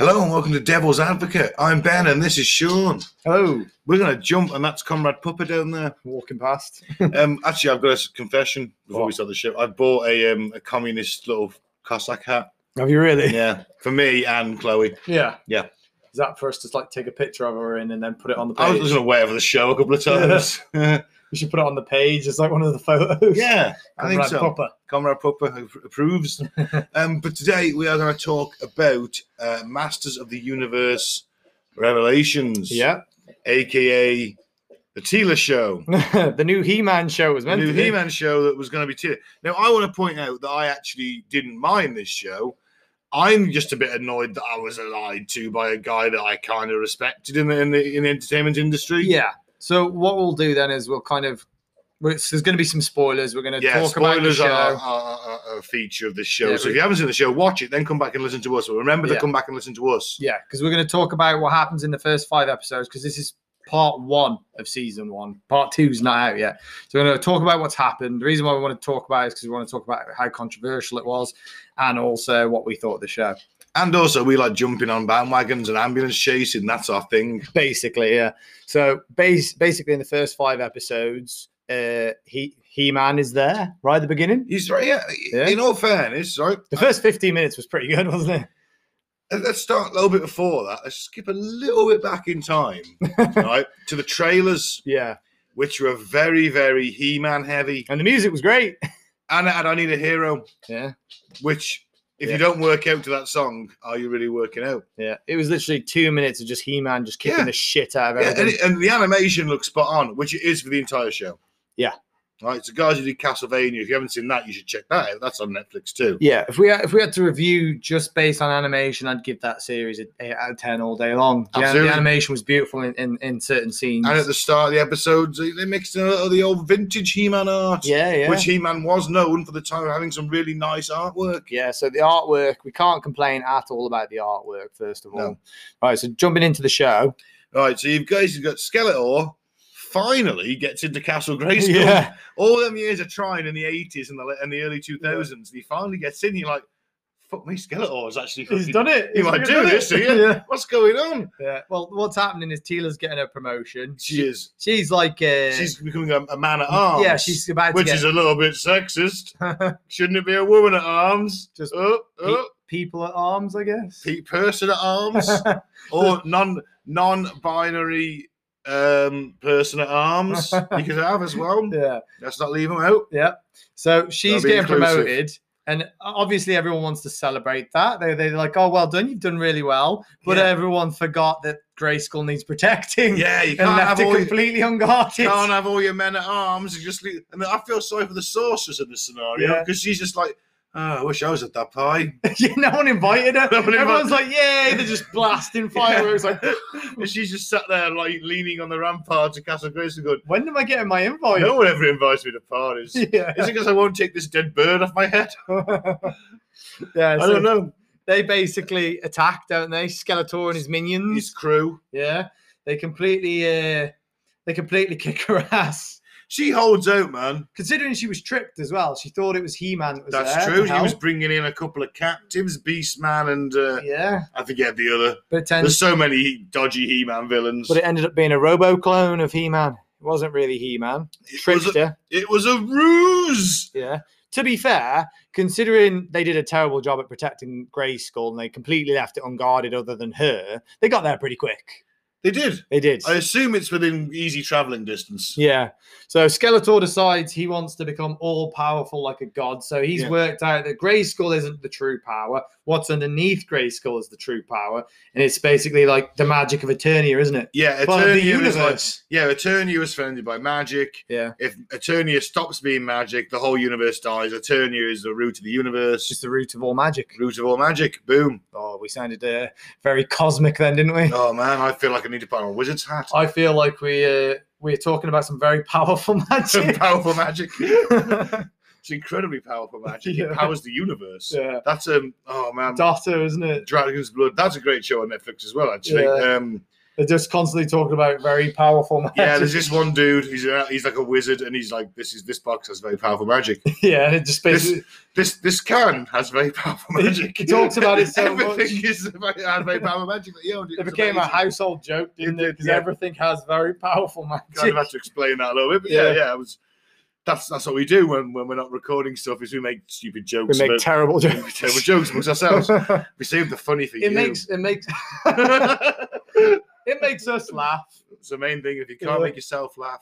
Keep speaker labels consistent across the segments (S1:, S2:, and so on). S1: Welcome to Devil's Advocate. I'm Ben and this is Sean.
S2: Hello,
S1: We're going to jump, and that's Comrade Pupper down there.
S2: walking past.
S1: Um, actually, I've got a s- confession before we
S2: What?
S1: start the show. I bought a um, a communist little Cossack hat.
S2: Have you really?
S1: Yeah, for me and Chloe.
S2: Yeah.
S1: Yeah.
S2: Is that for us to like take a picture of her in and then put it on the
S1: I was
S2: page?
S1: going to wait for the show a couple of times.
S2: We should put it on the page as like one of the photos.
S1: yeah, I think
S2: Comrade
S1: so.
S2: Popper.
S1: Comrade Pupper appro- approves. um, but today we are going to talk about uh, Masters of the Universe Revelations,
S2: Yeah.
S1: aka the Tila Show.
S2: the new He-Man show was
S1: The
S2: meant
S1: new
S2: to be.
S1: He-Man show that was going to be Tila. Now I want to point out that I actually didn't mind this show. I'm just a bit annoyed that I was lied to by a guy that I kind of respected in the, in the in the entertainment industry.
S2: Yeah. So what we'll do then is we'll kind of we're- so there's going to be some spoilers. We're going to
S1: yeah,
S2: talk about the
S1: spoilers
S2: show.
S1: are, are, are- are a feature of this show.
S2: Yeah,
S1: so
S2: but-
S1: if you haven't seen the show, watch it, then come back and listen to us. But remember to
S2: Yeah.
S1: come back and listen to us.
S2: Yeah, because we're going to talk about what happens in the first five episodes because this is part one of season one. Part two's not out yet. So we're going to talk about what's happened. The reason why we want to talk about it is because we want to talk about how controversial it was and also what we thought of the show.
S1: And also, we like jumping on bandwagons and ambulance chasing. That's our thing.
S2: Basically, yeah. So base, basically, in the first five episodes, uh, he he man is there right at the beginning.
S1: He's right. Yeah.
S2: Yeah.
S1: In all fairness, right.
S2: The first 15 minutes was pretty good, wasn't
S1: Let's start a little bit before that. Let's skip a little bit back in time,
S2: it?
S1: right, to the trailers,
S2: yeah.
S1: which were very, very He-Man heavy,
S2: And the music was great.
S1: and I, I need a hero,
S2: Yeah.
S1: which. If
S2: Yeah.
S1: you don't work out to that song, are you really working out?
S2: Yeah, it was literally two minutes of just He Man just kicking
S1: Yeah.
S2: the shit out of
S1: Yeah,
S2: everything.
S1: and, it- and the animation looks spot on, which it is for the entire show.
S2: Yeah.
S1: Right. So, guys who did Castlevania, if you haven't seen that, you should check that out. That's on Netflix too.
S2: Yeah, if we had, if we had to review just based on animation, I'd give that series an eight out of ten all day long. Yeah, the
S1: Absolutely.
S2: animation was beautiful in, in, in certain scenes.
S1: And at the start of the episodes, they, they mixed in a little of the old vintage He-Man art,
S2: yeah, yeah,
S1: which He-Man was known for the time of having some really nice artwork.
S2: yeah. So the artwork, we can't complain at all about the artwork. First of all,
S1: No.
S2: all right. So jumping into the show,
S1: Right, so you've guys, you've got Skeletor finally gets into Castle Grayskull.
S2: yeah,
S1: All them years of trying in the 80s and the, le- and the early 2000s, and he finally gets in. You're like, fuck me, Skeletor's actually
S2: he's
S1: fucking...
S2: done it.
S1: You
S2: He's
S1: might
S2: done
S1: do
S2: it.
S1: this, do you?
S2: yeah.
S1: What's going on?
S2: yeah. Well, what's happening is Tila's getting her promotion.
S1: She is.
S2: She's like, uh,
S1: She's becoming a, a man at arms.
S2: yeah, she's about
S1: Which
S2: to
S1: is
S2: get
S1: a little bit sexist. Shouldn't it be a woman at arms?
S2: Just
S1: oh, oh,
S2: people at arms, I guess.
S1: pe- person at arms. or non non-binary um person at arms you could have as well
S2: yeah.
S1: let's not leave them out
S2: Yeah. So she's
S1: be
S2: getting
S1: inclusive.
S2: promoted. And obviously, everyone wants to celebrate that. They, they're like, oh, well done. You've done really well. But
S1: Yeah.
S2: everyone forgot that Grey Skull needs protecting.
S1: yeah you
S2: And
S1: can't
S2: left
S1: have
S2: it
S1: all your,
S2: completely unguarded.
S1: can't have all your men at arms you just leave. and i feel sorry for the sorceress in this scenario
S2: Yeah.
S1: because she's just like oh, i wish i was at that pie
S2: no one invited her.
S1: No one invi-
S2: Everyone's like, yay. They're just blasting fireworks. Like,
S1: and she's just sat there like leaning on the ramparts of castle grace and going "Oh,
S2: when am I getting my invite?
S1: no one ever invites me to parties is
S2: Yeah.
S1: it because i won't take this dead bird off my head
S2: yeah.
S1: i
S2: so
S1: don't know
S2: They basically attack, don't they? Skeletor and his minions.
S1: his crew
S2: yeah. They completely, uh, they completely kick her ass.
S1: she holds out man
S2: considering she was tricked as well. She thought it was He Man that was
S1: That's
S2: there to
S1: true. He was
S2: help.
S1: bringing in a couple of captives, Beastman, and uh,
S2: yeah,
S1: I forget the other.
S2: but it, tends,
S1: There's so many dodgy He-Man villains.
S2: but it ended up being a robo clone of He Man. It wasn't really He Man.
S1: It was,
S2: Tricked
S1: a,
S2: her.
S1: it was a ruse.
S2: Yeah. To be fair, considering they did a terrible job at protecting Grey Skull and they completely left it unguarded, other than her, they got there pretty quick.
S1: They did.
S2: They did.
S1: I assume it's within easy traveling distance.
S2: Yeah. So Skeletor decides he wants to become all powerful like a god. So he's
S1: Yeah.
S2: worked out that Grey Skull isn't the true power. What's underneath Grey Skull is the true power. And it's basically like the magic of Eternia, isn't it?
S1: Yeah,
S2: Well, the
S1: Eternia was like,
S2: universe.
S1: yeah, Eternia was founded by magic.
S2: Yeah.
S1: If Eternia stops being magic, the whole universe dies. Eternia is the root of the
S2: It's
S1: universe,
S2: the root of all magic.
S1: root of all magic. Boom.
S2: Oh, we sounded uh, very cosmic then, didn't we?
S1: Oh man, I feel like I need to put on a wizard's hat.
S2: I feel like we uh, we're talking about some very powerful
S1: Some
S2: magic.
S1: powerful magic.
S2: yeah.
S1: It's incredibly powerful magic.
S2: Yeah.
S1: It powers the universe. That's um oh man,
S2: Dotto, isn't it?
S1: Dragon's Blood. That's a great show on Netflix as well. Actually,
S2: Yeah.
S1: um,
S2: They're just constantly talking about very powerful magic.
S1: Yeah, there's this one dude. He's a, he's like a wizard, and he's like, "This is this box has very powerful magic.
S2: yeah, and it just basically
S1: This this can has very powerful
S2: He-
S1: magic."
S2: he talks about it so much.
S1: Everything is very, has very powerful magic. That he owned.
S2: it
S1: was
S2: became a
S1: amazing.
S2: household joke, didn't
S1: It
S2: it?
S1: did,
S2: Because
S1: yeah.
S2: everything has very powerful magic.
S1: Kind of had to explain that a little bit, but yeah,
S2: Yeah.
S1: yeah, it was. That's that's what we do when, when we're not recording stuff is we make stupid jokes.
S2: we make
S1: about-
S2: terrible
S1: we make
S2: jokes.
S1: terrible jokes amongst ourselves.
S2: it
S1: We save the funny for you.
S2: makes it makes it makes us laugh.
S1: It's the main thing. If you
S2: Yeah,
S1: can't
S2: like-
S1: make yourself laugh,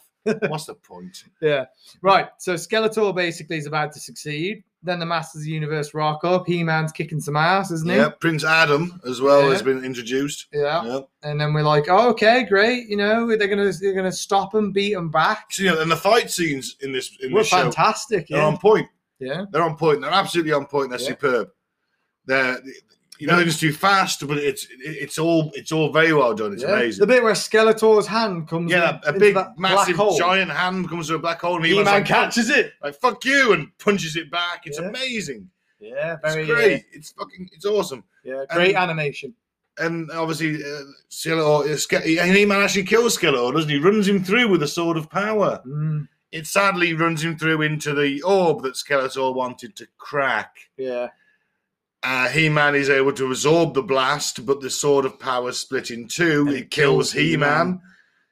S1: what's the point?
S2: Yeah. Right. So Skeletor basically is about to succeed. Then the Masters of the Universe rock up. He Man's kicking some ass, isn't he?
S1: Yeah, Prince Adam as well
S2: Yeah.
S1: has been introduced.
S2: Yeah.
S1: Yeah.
S2: And then we're like, oh, okay, great. You know, they're gonna they're gonna stop him, beat him back.
S1: So, you know, and the fight scenes in this in
S2: We're
S1: this show,
S2: fantastic.
S1: they're
S2: Yeah.
S1: on point.
S2: yeah.
S1: They're on point. They're absolutely on point. They're
S2: Yeah.
S1: superb. They're you know they're just too fast, but it's it's all it's all very well done. It's
S2: Yeah.
S1: amazing.
S2: The bit where Skeletor's hand comes
S1: yeah,
S2: in-
S1: a
S2: into
S1: big,
S2: that black
S1: massive,
S2: hole.
S1: giant hand comes to a black hole, and he
S2: He-Man
S1: was like,
S2: catches it.
S1: like "fuck you" and punches it back. It's
S2: Yeah.
S1: amazing.
S2: Yeah,
S1: It's
S2: very
S1: great. It's fucking. It's awesome.
S2: Yeah,
S1: And-
S2: great animation.
S1: And obviously, uh, Skeletor, is- and he man actually kills Skeletor, doesn't he? Runs him through with a sword of power.
S2: Mm,
S1: It sadly runs him through into the orb that Skeletor wanted to crack.
S2: yeah,
S1: Uh, He-Man is able to absorb the blast, but the Sword of Power split in two. it,
S2: And it
S1: kills
S2: kills
S1: He-Man,
S2: He-Man.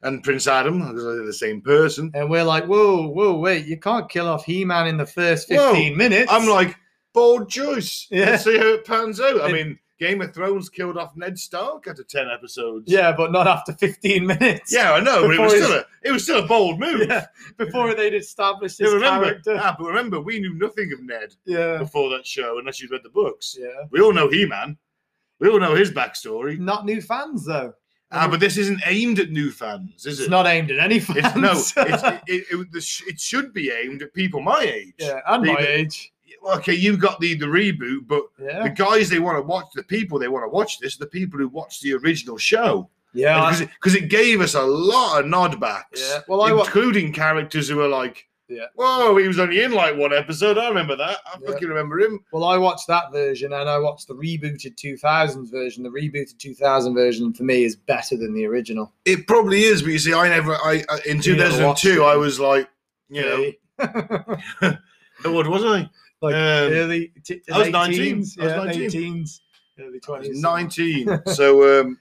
S1: and Prince Adam because they're the same person.
S2: and we're like, whoa, whoa, wait, you can't kill off He-Man in the first fifteen minutes.
S1: I'm like, bold choice.
S2: Yeah.
S1: Let's see how it pans out. I
S2: It-
S1: mean, Game of Thrones killed off Ned Stark after ten episodes.
S2: yeah, but not after fifteen minutes.
S1: yeah, I know, but it was
S2: Before
S1: still a it was still a bold move.
S2: Yeah, before they'd established
S1: Yeah,
S2: his
S1: remember,
S2: character.
S1: ah, but remember, we knew nothing of Ned
S2: Yeah,
S1: before that show unless you'd read the books.
S2: yeah.
S1: We all know He-Man. We all know his backstory.
S2: Not new fans though.
S1: Ah, but this isn't aimed at new fans, is it?
S2: it's not aimed at any fans.
S1: It's, no, it's, it, it, it, the sh- it should be aimed at people my age.
S2: yeah, and my
S1: Leave it.
S2: age.
S1: Okay, you got the, the reboot, but the
S2: Yeah,
S1: guys they want to watch, the people they want to watch this, are the people who watched the original show.
S2: yeah. I-
S1: Because it, 'cause it gave us a lot of nod backs,
S2: Yeah. Well, I wa-
S1: including characters who were like,
S2: Yeah.
S1: whoa, he was only in like one episode. I remember that. I
S2: Yeah.
S1: fucking remember him.
S2: Well, I watched that version and I watched the rebooted 2000s version. The rebooted 2000 version for me is better than the original.
S1: It probably is, but you see, I never, I I- in
S2: You never watched
S1: 2002,
S2: it.
S1: I was like, you know,
S2: Really?
S1: oh, what was I?
S2: Like,
S1: Um,
S2: early t-
S1: I was
S2: late
S1: 19.
S2: teens,
S1: I was
S2: yeah,
S1: 19.
S2: late teens, early
S1: I was
S2: 20s.
S1: 19. so, um,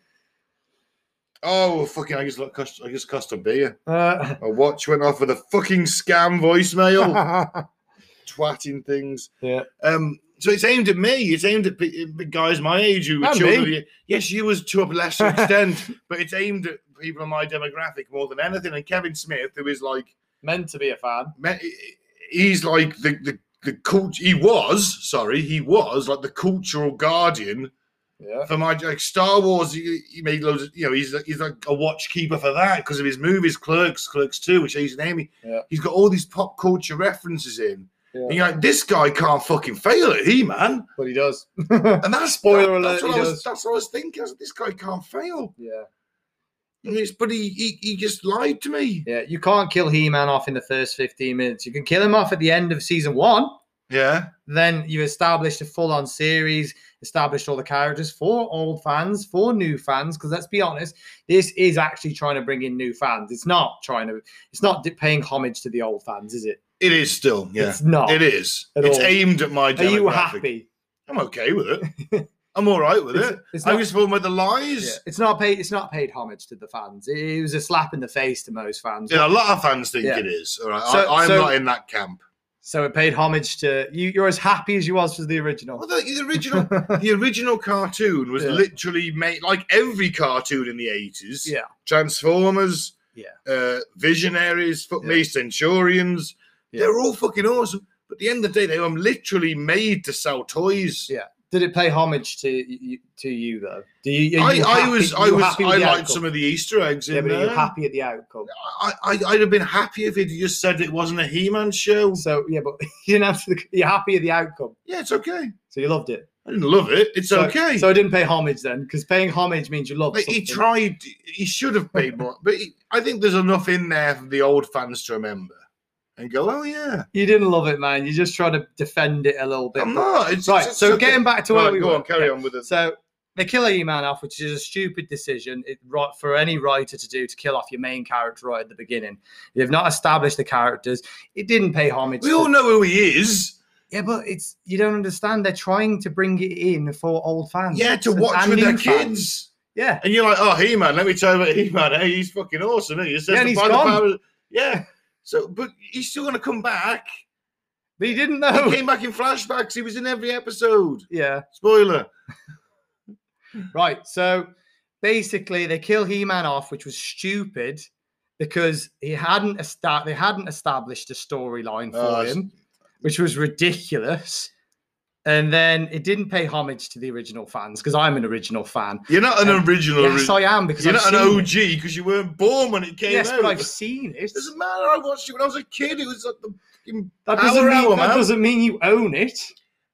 S1: oh, fucking, I just, cost, I just cost a beer.
S2: Uh,
S1: My watch went off with a fucking scam voicemail, twatting things.
S2: Yeah.
S1: Um, so it's aimed at me. It's aimed at pe- at guys my age who were
S2: And
S1: children.
S2: me.
S1: of the- Yes, you was to a lesser extent, but it's aimed at people in my demographic more than anything. And Kevin Smith, who is like,
S2: meant to be a fan.
S1: me- he's like the the the cult. He was sorry, he was like the cultural guardian
S2: Yeah.
S1: for my like Star Wars, he, he made loads of you know he's he's like a watch keeper for that because of his movies, Clerks, Clerks Two, which he's naming.
S2: Yeah.
S1: He's got all these pop culture references in. And
S2: yeah.
S1: you're like, this guy can't fucking fail at he man,
S2: But he does.
S1: and that's
S2: Spoiler
S1: That's
S2: alert,
S1: what,
S2: he
S1: I was,
S2: does.
S1: that's what I was thinking. I was like, this guy can't fail.
S2: yeah.
S1: And it's, but he, he he just lied to me.
S2: Yeah. You can't kill He Man off in the first 15 minutes. You can kill him off at the end of season one.
S1: Yeah,
S2: then you've established a full-on series, established all the characters for old fans, for new fans. Because let's be honest, this is actually trying to bring in new fans. It's not trying to. It's not di- paying homage to the old fans, is it?
S1: it is still. Yeah,
S2: It's not.
S1: it is.
S2: At
S1: it's
S2: all.
S1: aimed at my.
S2: Are
S1: Demographic.
S2: you happy?
S1: I'm okay with it. I'm all right with
S2: It's,
S1: it.
S2: it's
S1: I'm
S2: not.
S1: just fine with the
S2: yeah,
S1: lies.
S2: it's not paid. It's not paid homage to the fans. It, it was a slap in the face to most fans.
S1: Yeah, a lot of fans think
S2: Yeah.
S1: it is. All right,
S2: So-
S1: I, I'm
S2: so-
S1: not in that camp.
S2: So it paid homage to you. You're as happy as you was for the
S1: Well,
S2: original.
S1: the, the original, the original cartoon was
S2: Yeah.
S1: literally made like every cartoon in the eighties.
S2: Yeah.
S1: Transformers.
S2: Yeah.
S1: Uh, Visionaries. Fuck me,
S2: Yeah.
S1: Centurions.
S2: Yeah.
S1: They're all fucking awesome. But at the end of the day, they were literally made to sell toys.
S2: Yeah. Did it pay homage to you, to you though? Do you? are
S1: I,
S2: you
S1: I
S2: happy-
S1: was,
S2: you
S1: I was,
S2: happy with
S1: I
S2: the
S1: liked
S2: outcome?
S1: some of the Easter eggs
S2: Yeah,
S1: in
S2: but are
S1: there.
S2: you happy at the outcome?
S1: I, I, I'd have been happy if he'd just said it wasn't a He-Man show.
S2: So yeah, but you didn't answer. The, you're happy at the outcome,
S1: Yeah, it's okay.
S2: so you loved it.
S1: I didn't love it. It's
S2: so,
S1: okay.
S2: So I didn't pay homage then, because paying homage means you love.
S1: But he
S2: something.
S1: tried. He should have paid more. But he, I think there's enough in there for the old fans to remember and go, "Oh yeah,
S2: you didn't love it, man. You just try to defend it a little bit.
S1: I'm not." It's,
S2: Right.
S1: it's-
S2: So
S1: it's okay.
S2: getting back to where
S1: Right,
S2: we
S1: go
S2: were.
S1: on, carry
S2: Okay.
S1: on with it.
S2: So they kill E-Man off, which is a stupid decision it, right, for any writer to do to kill off your main character right at the beginning. They've not established the characters. It didn't pay homage.
S1: We
S2: to-
S1: all know who he is.
S2: yeah, but it's you don't understand. They're trying to bring it in for old fans.
S1: Yeah, to
S2: and-
S1: watch
S2: and
S1: with
S2: new
S1: their
S2: fans.
S1: kids.
S2: Yeah,
S1: And you're like, oh, He Man, let me tell you about He Man. Hey, he's fucking awesome. He says
S2: Yeah, and
S1: the
S2: he's
S1: final
S2: gone.
S1: power- Yeah. So, but he's still going to come back.
S2: but you didn't
S1: He
S2: know.
S1: came back in flashbacks. He was in every episode.
S2: yeah.
S1: Spoiler.
S2: Right. So basically, they kill He-Man off, which was stupid because he hadn't esta- they hadn't established a storyline for
S1: Oh, it's-
S2: him, which was ridiculous. And then it didn't pay homage to the original fans because I'm an original fan.
S1: You're not an
S2: Um,
S1: original.
S2: yes, I am because
S1: you're
S2: I've
S1: not an
S2: seen it.
S1: OG because you weren't born when it came
S2: Yes,
S1: out.
S2: but I've seen it.
S1: It doesn't matter. I watched it when I was a kid. It was like the fucking
S2: That
S1: Power
S2: doesn't, mean,
S1: Hour,
S2: that
S1: man.
S2: doesn't mean you own it.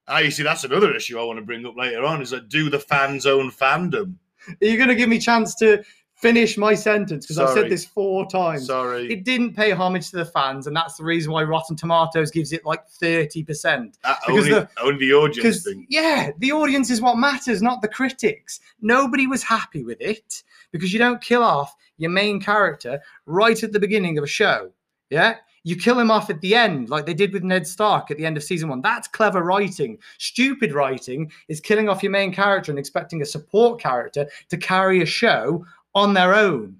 S1: Ah, you see, that's another issue I want to bring up later on is that do the fans own fandom?
S2: Are you going to give me a chance to finish my sentence? Because I've
S1: Sorry.
S2: said this four times.
S1: Sorry.
S2: It didn't pay homage to the fans, and that's the reason why Rotten Tomatoes gives it like 30%.
S1: Ah,
S2: because
S1: only,
S2: the-
S1: only the audience
S2: Because,
S1: thing.
S2: yeah, the audience is what matters, not the critics. Nobody was happy with it because you don't kill off your main character right at the beginning of a show. Yeah? You kill him off at the end, like they did with Ned Stark at the end of season one. That's clever writing. Stupid writing is killing off your main character and expecting a support character to carry a show on their own.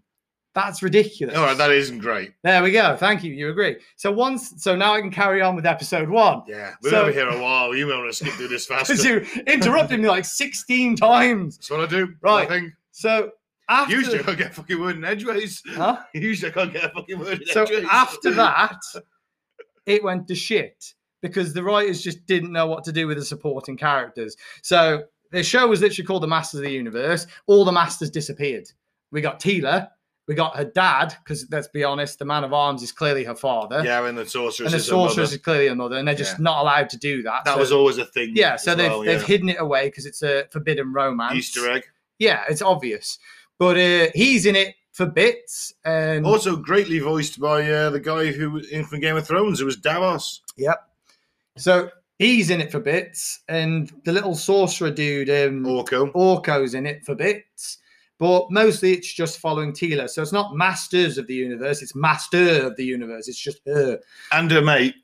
S2: That's ridiculous.
S1: All right, that isn't great.
S2: There we go. Thank you. You agree. So once, so now I can carry on with episode one.
S1: Yeah, we've
S2: So-
S1: been over here a while. You may want to skip through this faster.
S2: Because you interrupted me like 16 times.
S1: That's what I do.
S2: Right.
S1: I think.
S2: So after,
S1: Usually I can't get a fucking word in edgeways.
S2: Huh?
S1: Usually I can't get a fucking word in
S2: so
S1: edgeways.
S2: after that, it went to shit because the writers just didn't know what to do with the supporting characters. So the show was literally called The Masters of the Universe. All the masters disappeared. We got Tila. We got her dad, because let's be honest, the man of arms is clearly her father.
S1: Yeah, and the sorceress.
S2: and the
S1: is her mother.
S2: sorceress is clearly her mother, and they're just
S1: Yeah.
S2: not allowed to do that.
S1: That
S2: so-
S1: was always a thing.
S2: yeah. So
S1: as
S2: they've
S1: well,
S2: they've
S1: yeah.
S2: hidden it away because it's a forbidden romance.
S1: Easter egg.
S2: yeah, it's obvious. But uh, he's in it for bits, and
S1: Also, greatly voiced by uh, the guy who was in from Game of Thrones. It was Davos.
S2: so he's in it for bits, and the little sorcerer dude, um,
S1: Orko.
S2: Orko's in it for bits. But mostly it's just following Tila. So it's not Masters of the Universe, it's Master of the Universe. It's just her.
S1: And her mate.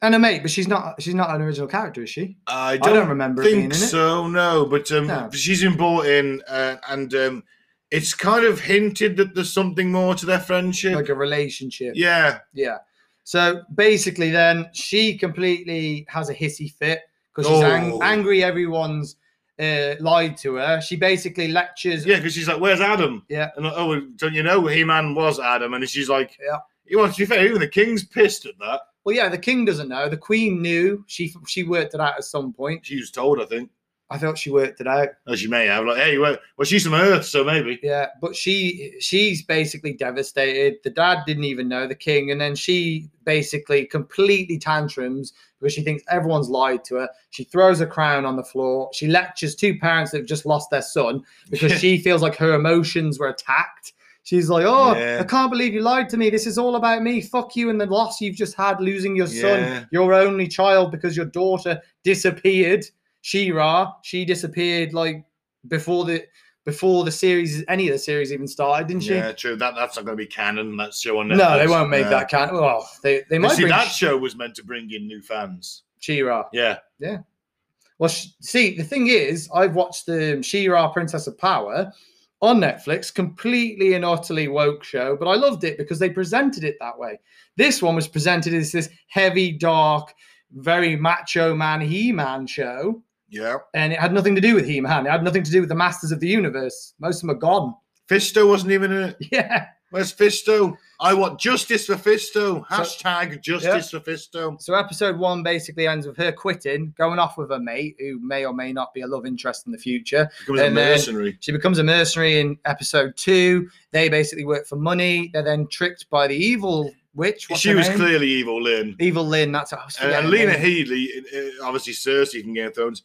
S2: And a mate, but she's not she's not an original character, is she?
S1: I
S2: I don't,
S1: don't,
S2: remember her being in
S1: think
S2: it.
S1: so, no. But um,
S2: No.
S1: she's been brought in, uh, and um, it's kind of hinted that there's something more to their friendship.
S2: Like a relationship.
S1: yeah.
S2: Yeah. So basically, then she completely has a hissy fit because she's
S1: Oh.
S2: ang- angry. Everyone's uh, lied to her. She basically lectures.
S1: Yeah, because she's like, "Where's Adam?"
S2: Yeah.
S1: and like, oh, don't you know He Man was Adam? And she's like,
S2: Yeah.
S1: He wants to be fair. Even the king's pissed at that.
S2: Well, yeah, the king doesn't know. The queen knew. She she worked it out at some point.
S1: She was told, I think,
S2: I thought she worked it out.
S1: as she may have. Like, hey, well, well she's from Earth, so maybe.
S2: Yeah, but she she's basically devastated. The dad didn't even know the king, and then she basically completely tantrums because she thinks everyone's lied to her. She throws a crown on the floor. She lectures two parents that have just lost their son because she feels like her emotions were attacked. She's like, "Oh,
S1: Yeah.
S2: I can't believe you lied to me. This is all about me. Fuck you and the loss you've just had, losing your
S1: Yeah.
S2: son, your only child, because your daughter disappeared. She-Ra, she disappeared like before the before the series, any of the series even started, didn't she?
S1: Yeah, true. That that's not going to be canon. That show on Netflix.
S2: No, they won't make
S1: No.
S2: that kind. Well, they they
S1: You
S2: might
S1: see,
S2: bring
S1: that
S2: Sh-
S1: show was meant to bring in new fans.
S2: She-Ra.
S1: Yeah,
S2: Well, sh- see, the thing is, I've watched um, She-Ra, Princess of Power, on Netflix, completely and utterly woke show, but I loved it because they presented it that way. This one was presented as this heavy, dark, very macho man He-Man show,
S1: yeah.
S2: and it had nothing to do with He-Man. It had nothing to do with the Masters of the Universe. Most of them are gone.
S1: Fisto wasn't even in it.
S2: Yeah.
S1: Where's Fisto? I want justice for Fisto. Hashtag justice for Fisto.
S2: So episode one basically ends with her quitting, going off with her mate, who may or may not be a love interest in the future.
S1: Becomes a
S2: And uh, then-
S1: mercenary.
S2: She becomes a mercenary in episode two. They basically work for money. They're then tricked by the evil witch. What's
S1: she
S2: her
S1: was
S2: name?
S1: clearly evil, Lynn.
S2: evil Lynn. That's I was
S1: And,
S2: forgetting
S1: and
S2: her
S1: Lena
S2: name.
S1: Headey, uh, obviously Cersei from Game of Thrones.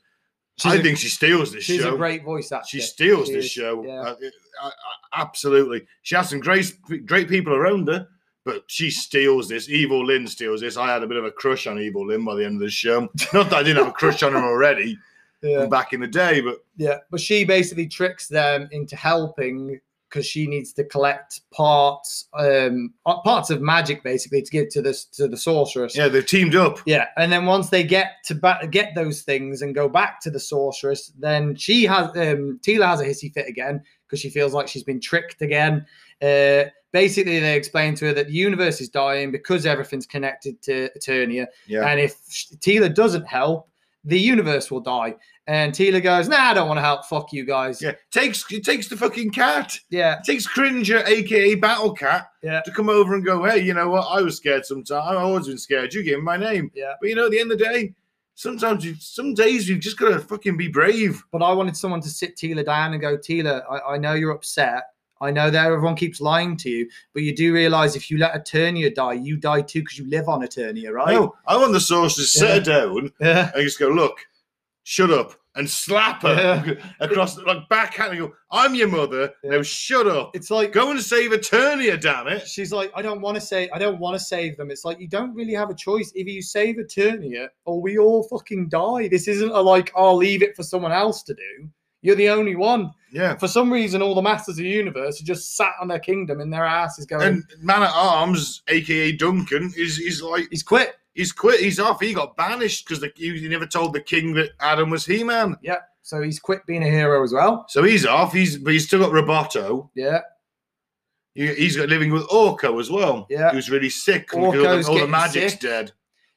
S2: She's
S1: I
S2: a-
S1: think she steals this
S2: she's
S1: show.
S2: a great voice actor.
S1: she steals
S2: She
S1: this
S2: is,
S1: show.
S2: yeah.
S1: Uh, it- I- I- absolutely. She has some great, great people around her, but she steals this. Evil Lynn steals this. I had a bit of a crush on Evil Lynn by the end of the show. Not that I didn't have a crush on her already,
S2: Yeah.
S1: from back in the day. But
S2: Yeah, but she basically tricks them into helping because she needs to collect parts, um, uh, parts of magic basically to give to this to the sorceress.
S1: yeah, they've teamed up.
S2: Yeah, and then once they get to ba- get those things and go back to the sorceress, then she has um, Tila has a hissy fit again because she feels like she's been tricked again. Uh, basically, they explain to her that the universe is dying because everything's connected to Eternia,
S1: Yeah.
S2: and if sh- Tila doesn't help, the universe will die. And Tila goes, "Nah, I don't want to help. Fuck you guys." Yeah,
S1: Yeah, takes it takes the fucking cat.
S2: yeah,
S1: It takes Cringer, aka Battle Cat,
S2: yeah.
S1: to come over and go, hey, you know what? I was scared sometimes. I've always been scared. You gave me my name.
S2: Yeah.
S1: But you know, at the end of the day, sometimes you, some days you've just got to fucking be brave.
S2: But I wanted someone to sit Tila down and go, Tila, I, I know you're upset. I know that everyone keeps lying to you, but you do realize if you let Eternia die, you die too because you live on Eternia, right?
S1: No, I want the sorceress to sit her down
S2: Yeah.
S1: and just go, look, shut up, and slap her across, like backhand and go, I'm your mother.
S2: Yeah.
S1: Now shut up.
S2: It's like
S1: Go and save Eternia, damn it.
S2: she's like, I don't want to say, I don't want to save them. It's like you don't really have a choice. Either you save Eternia, or we all fucking die. This isn't a like, I'll leave it for someone else to do. You're the only one.
S1: Yeah.
S2: For some reason, all the masters of the universe are just sat on their kingdom and their ass is going.
S1: And Man at Arms, aka Duncan, is is like
S2: He's quit.
S1: He's quit. He's off. He got banished because he, he never told the king that Adam was He Man.
S2: So he's quit being a hero as well.
S1: So he's off. He's but he's still got Roboto.
S2: Yeah.
S1: He, he's got living with Orko as well.
S2: Yeah.
S1: he was really sick. and all the-
S2: Orko's
S1: all the
S2: getting
S1: magic's
S2: sick.
S1: dead.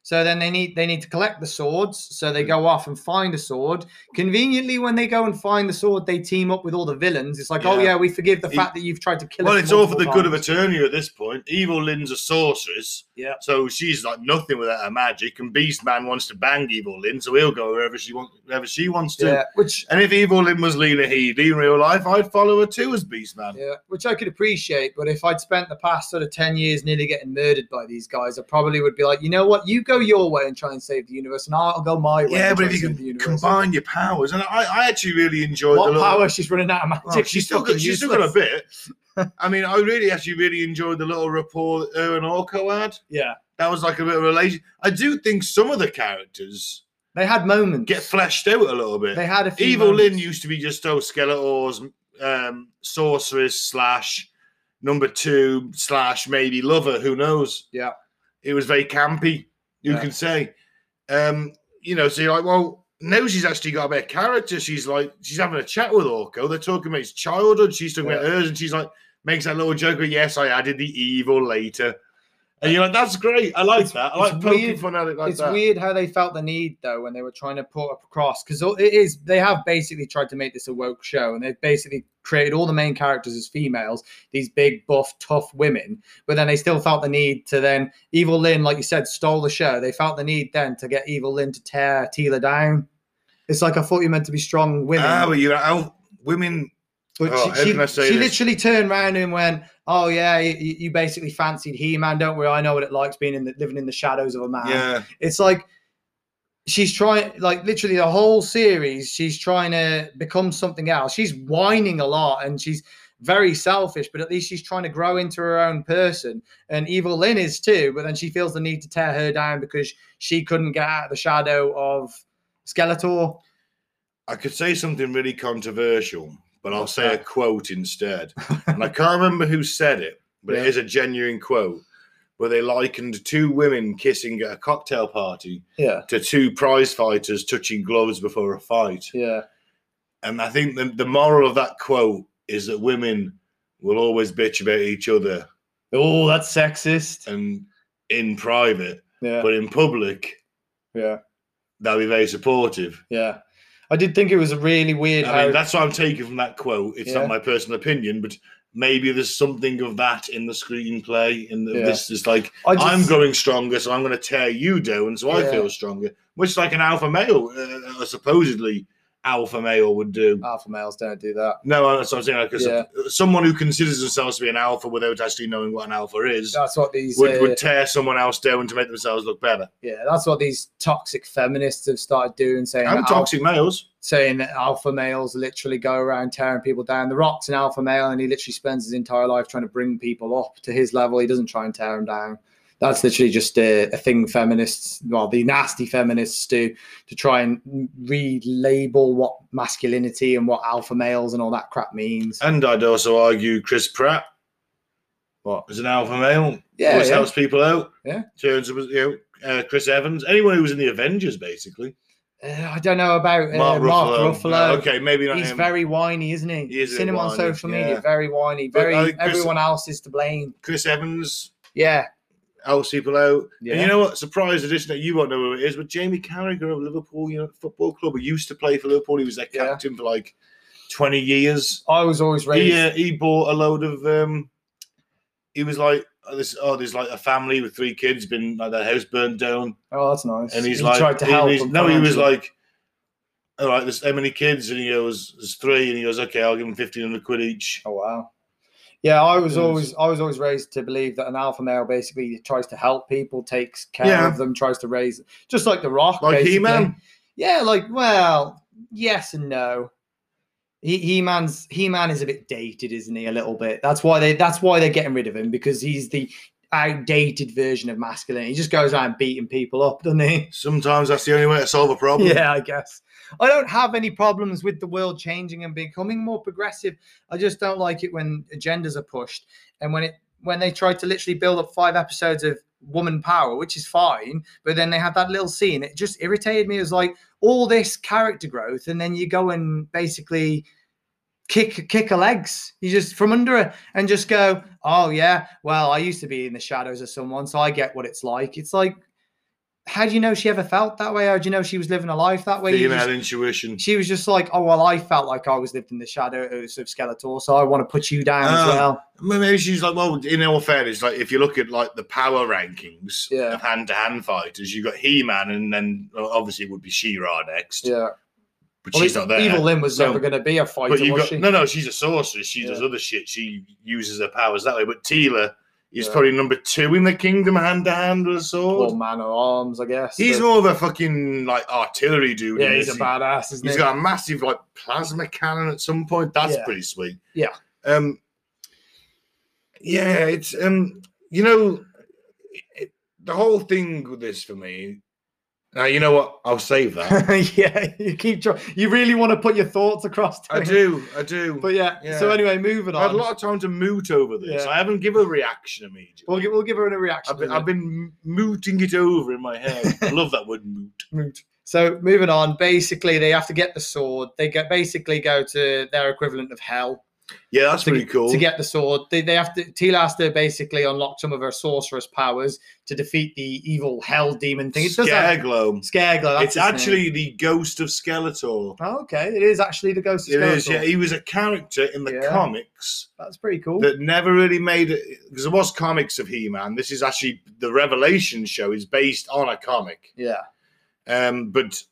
S2: So then they need they need to collect the swords. So
S1: Mm.
S2: they go off and find a sword. Conveniently, when they go and find the sword, they team up with all the villains. It's like, oh
S1: Yeah.
S2: yeah, we forgive the
S1: He-
S2: fact that you've tried to kill
S1: Well,
S2: us.
S1: it's all for the
S2: multiple
S1: good of
S2: times."
S1: Eternia at this point. Evil Lynn's a sorceress.
S2: Yeah.
S1: So she's like nothing without her magic. And Beast Man wants to bang Evil Lynn, so he'll go wherever she wants. Wherever she wants to.
S2: Yeah, which
S1: And if Evil Lynn was Lena Headey in real life, I'd follow her too as Beast Man.
S2: yeah, which I could appreciate. But if I'd spent the past sort of ten years nearly getting murdered by these guys, I probably would be like, you know what, you go your way and try and save the universe, and I'll go my way.
S1: Yeah,
S2: and
S1: but
S2: try
S1: if
S2: and
S1: you
S2: save the
S1: can
S2: universe."
S1: combine your powers, and I, I actually really enjoyed the
S2: what
S1: little,
S2: power? She's running out of magic.
S1: Oh, she's still got,
S2: fucking
S1: she's still got a
S2: useless.
S1: bit. I mean, I really actually really enjoyed the little rapport that her and Orko had.
S2: Yeah,
S1: That was like a bit of a relation. I do think some of the characters
S2: they had moments.
S1: get fleshed out a little bit.
S2: they had a few
S1: Evil Lynn
S2: moments.
S1: used to be just oh Skeletor's um, sorceress slash number two slash maybe lover. Who knows?
S2: Yeah.
S1: it was very campy. You
S2: Yeah.
S1: can say, um, you know. So you're like, well, now she's actually got a bit of character. She's like, she's having a chat with Orko. They're talking about his childhood. She's talking about hers, and she's like, makes that little joke. Of, yes, I added the evil later. And you're like, that's great. I like
S2: It's-
S1: that. I
S2: it's
S1: like poking
S2: weird-
S1: fun at it like
S2: it's
S1: that.
S2: weird how they felt the need though when they were trying to put across because it is they have basically tried to make this a woke show and they've basically created all the main characters as females these big buff tough women but then they still felt the need to then evil lynn like you said stole the show they felt the need then to get evil lynn to tear tila down it's like i thought you meant to be strong women
S1: Ah, but you know, how women
S2: but
S1: Oh, how
S2: she,
S1: can I
S2: she,
S1: say
S2: she
S1: this?
S2: literally turned around and went, "Oh yeah, you, you basically fancied He-Man. Don't worry, I know what it likes being in the, living in the shadows of a man."
S1: yeah.
S2: It's like she's trying, like literally the whole series, she's trying to become something else. She's whining a lot and she's very selfish, but at least she's trying to grow into her own person. And Evil Lynn is too, but then she feels the need to tear her down because she couldn't get out of the shadow of Skeletor.
S1: I could say something really controversial, but I'll say a quote instead. and I can't remember who said it, but it
S2: Yeah.
S1: is a genuine quote where they likened two women kissing at a cocktail party
S2: Yeah.
S1: to two prize fighters touching gloves before a fight.
S2: Yeah.
S1: And I think the, the moral of that quote is that women will always bitch about each other
S2: Oh, that's sexist.
S1: and in private,
S2: Yeah.
S1: but in public,
S2: Yeah.
S1: they'll be very supportive.
S2: Yeah. I did think it was really weird
S1: I
S2: how
S1: mean, that's what I'm taking from that quote. It's
S2: Yeah.
S1: not my personal opinion, but maybe there's something of that in the screenplay. In the,
S2: Yeah.
S1: this is like,
S2: I just,
S1: I'm growing stronger, so I'm going to tear you down, so I
S2: Yeah.
S1: feel stronger. Much like an alpha male, uh, a supposedly alpha male would do.
S2: alpha males don't do that.
S1: No, that's what I'm saying. Like, 'cause
S2: Uh, Yeah.
S1: someone who considers themselves to be an alpha without actually knowing what an alpha is
S2: That's what these
S1: would,
S2: uh,
S1: would tear someone else down to make themselves look better.
S2: Yeah, that's what these toxic feminists have started doing, saying
S1: And
S2: that alpha,
S1: toxic males.
S2: saying that alpha males literally go around tearing people down. The Rock's an alpha male, and he literally spends his entire life trying to bring people up to his level. He doesn't try and tear them down. That's literally just a, a thing feminists, well, the nasty feminists do to try and relabel what masculinity and what alpha males and all that crap means.
S1: And I'd also argue Chris Pratt
S2: What?
S1: as an alpha male.
S2: Yeah,
S1: always
S2: yeah.
S1: helps people out.
S2: Yeah.
S1: Turns up, as, you know, uh, Chris Evans, anyone who was in the Avengers, basically.
S2: Uh, I don't know about uh, Mark, Ruffalo.
S1: No, okay, maybe not
S2: He's
S1: him.
S2: very whiny, isn't he?
S1: He is a
S2: Seen
S1: bit
S2: him on
S1: whiny,
S2: social media,
S1: yeah.
S2: very whiny.
S1: But
S2: Very
S1: I think Chris-
S2: everyone else is to blame.
S1: Chris Evans
S2: Yeah.
S1: helps people out.
S2: yeah.
S1: And you know what? Surprise edition that you won't know who it is, but Jamie Carragher of Liverpool you know, Football Club, who used to play for Liverpool. He was their
S2: Yeah.
S1: captain for like 20 years.
S2: I was always raised.
S1: He, uh, he bought a load of. Um, he was like oh, this. Oh, there's like a family with three kids, been like their house burnt down,
S2: Oh, that's nice.
S1: and he's
S2: he
S1: like,
S2: tried to
S1: he-
S2: help.
S1: he's-
S2: them
S1: no, he was
S2: financially.
S1: like, all right, there's how many kids, and he goes, there's three, and he goes, okay, I'll give them fifteen hundred quid each.
S2: Oh wow. Yeah, I was
S1: Yes.
S2: always I was always raised to believe that an alpha male basically tries to help people, takes care
S1: Yeah.
S2: of them, tries to raise just like the rock.
S1: Like
S2: basically.
S1: He Man,
S2: Yeah, like well, yes and no. He He Man's He Man is a bit dated, isn't he? A little bit. That's why they that's why they're getting rid of him, because he's the outdated version of masculinity. He just goes around beating people up, doesn't he?
S1: sometimes that's the only way to solve a problem.
S2: Yeah, I guess. I don't have any problems with the world changing and becoming more progressive. I just don't like it when agendas are pushed and when it when they try to literally build up five episodes of woman power, which is fine, but then they had that little scene. It just irritated me. It was like all this character growth, and then you go and basically kick kick her legs. You just from under her and just go, Oh yeah, well, I used to be in the shadows of someone, so I get what it's like. It's like how do you know she ever felt that way? How do you know she was living a life that way? You
S1: female
S2: just-
S1: intuition.
S2: she was just like, oh well, I felt like I was lived in the shadows of Skeletor, so I want to put you down
S1: Ah.
S2: as well.
S1: Well, Maybe she's like, well, in all fairness, like if you look at like the power rankings
S2: Yeah.
S1: of hand-to-hand fighters, you've got He-Man, and then well, obviously it would be She-Ra next,
S2: Yeah,
S1: but
S2: well,
S1: she's not there.
S2: Evil Lynn was
S1: So-
S2: never going to be a fighter,
S1: but you
S2: was
S1: got
S2: she?
S1: no, no. She's a sorceress. She does
S2: Yeah.
S1: other shit. She uses her powers that way. But Tila is
S2: Yeah.
S1: probably number two in the kingdom, hand to hand with a sword.
S2: Or man of arms, I guess.
S1: he's
S2: but-
S1: more of a fucking like artillery dude.
S2: yeah,
S1: in
S2: he's a
S1: this.
S2: badass, isn't
S1: He's
S2: he?
S1: got a massive like plasma cannon at some point. That's
S2: Yeah.
S1: pretty sweet.
S2: Yeah.
S1: Um. Yeah, it's um. You know, it, the whole thing with this for me. Now you know what? I'll save that.
S2: yeah, you keep trying. You really want to put your thoughts across.
S1: I
S2: don't you?
S1: do. I do.
S2: But yeah,
S1: Yeah.
S2: So anyway, moving
S1: I had a
S2: on.
S1: lot of time to moot over this.
S2: Yeah.
S1: I haven't given a reaction immediately.
S2: We'll, gi- we'll give her a reaction.
S1: I've been,
S2: in a
S1: I've been mooting it over in my head. I love that word moot.
S2: Moot. So moving on, basically they have to get the sword. They go basically go to their equivalent of hell,
S1: Yeah, that's
S2: to,
S1: pretty
S2: get-
S1: cool.
S2: to get the sword. They, they have to Tila has to basically unlock some of her sorceress powers to defeat the evil hell demon thing. It does have
S1: Scareglow.
S2: Scareglow. that's
S1: It's
S2: his name.
S1: actually the ghost of Skeletor.
S2: oh, okay. It is actually the ghost. Of
S1: It is. Yeah,
S2: Skeletor.
S1: he was a character in the
S2: Yeah.
S1: comics
S2: That's pretty cool.
S1: that never really made it because there was comics of He-Man. This is actually the Revelation show is based on a comic,
S2: yeah,
S1: um, but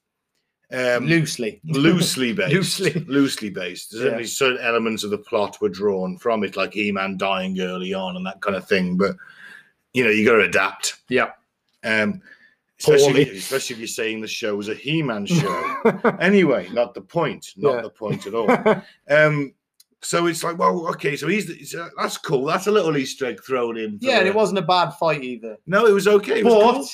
S1: um,
S2: loosely.
S1: loosely based.
S2: Loosely.
S1: loosely based. There's
S2: Yeah.
S1: only certain elements of the plot were drawn from it, like He-Man dying early on and that kind of thing. But you know, you got to adapt.
S2: Yeah.
S1: Um, especially,
S2: Poorly.
S1: especially if you're saying the show was a He-Man show. anyway, not the point. Not
S2: Yeah.
S1: the point at all. Um, so it's like, well, okay, so he's it's, uh, that's cool. That's a little Easter egg thrown in. for
S2: yeah, and
S1: the-
S2: it wasn't a bad fight either.
S1: No, it was okay. It was
S2: but
S1: cool.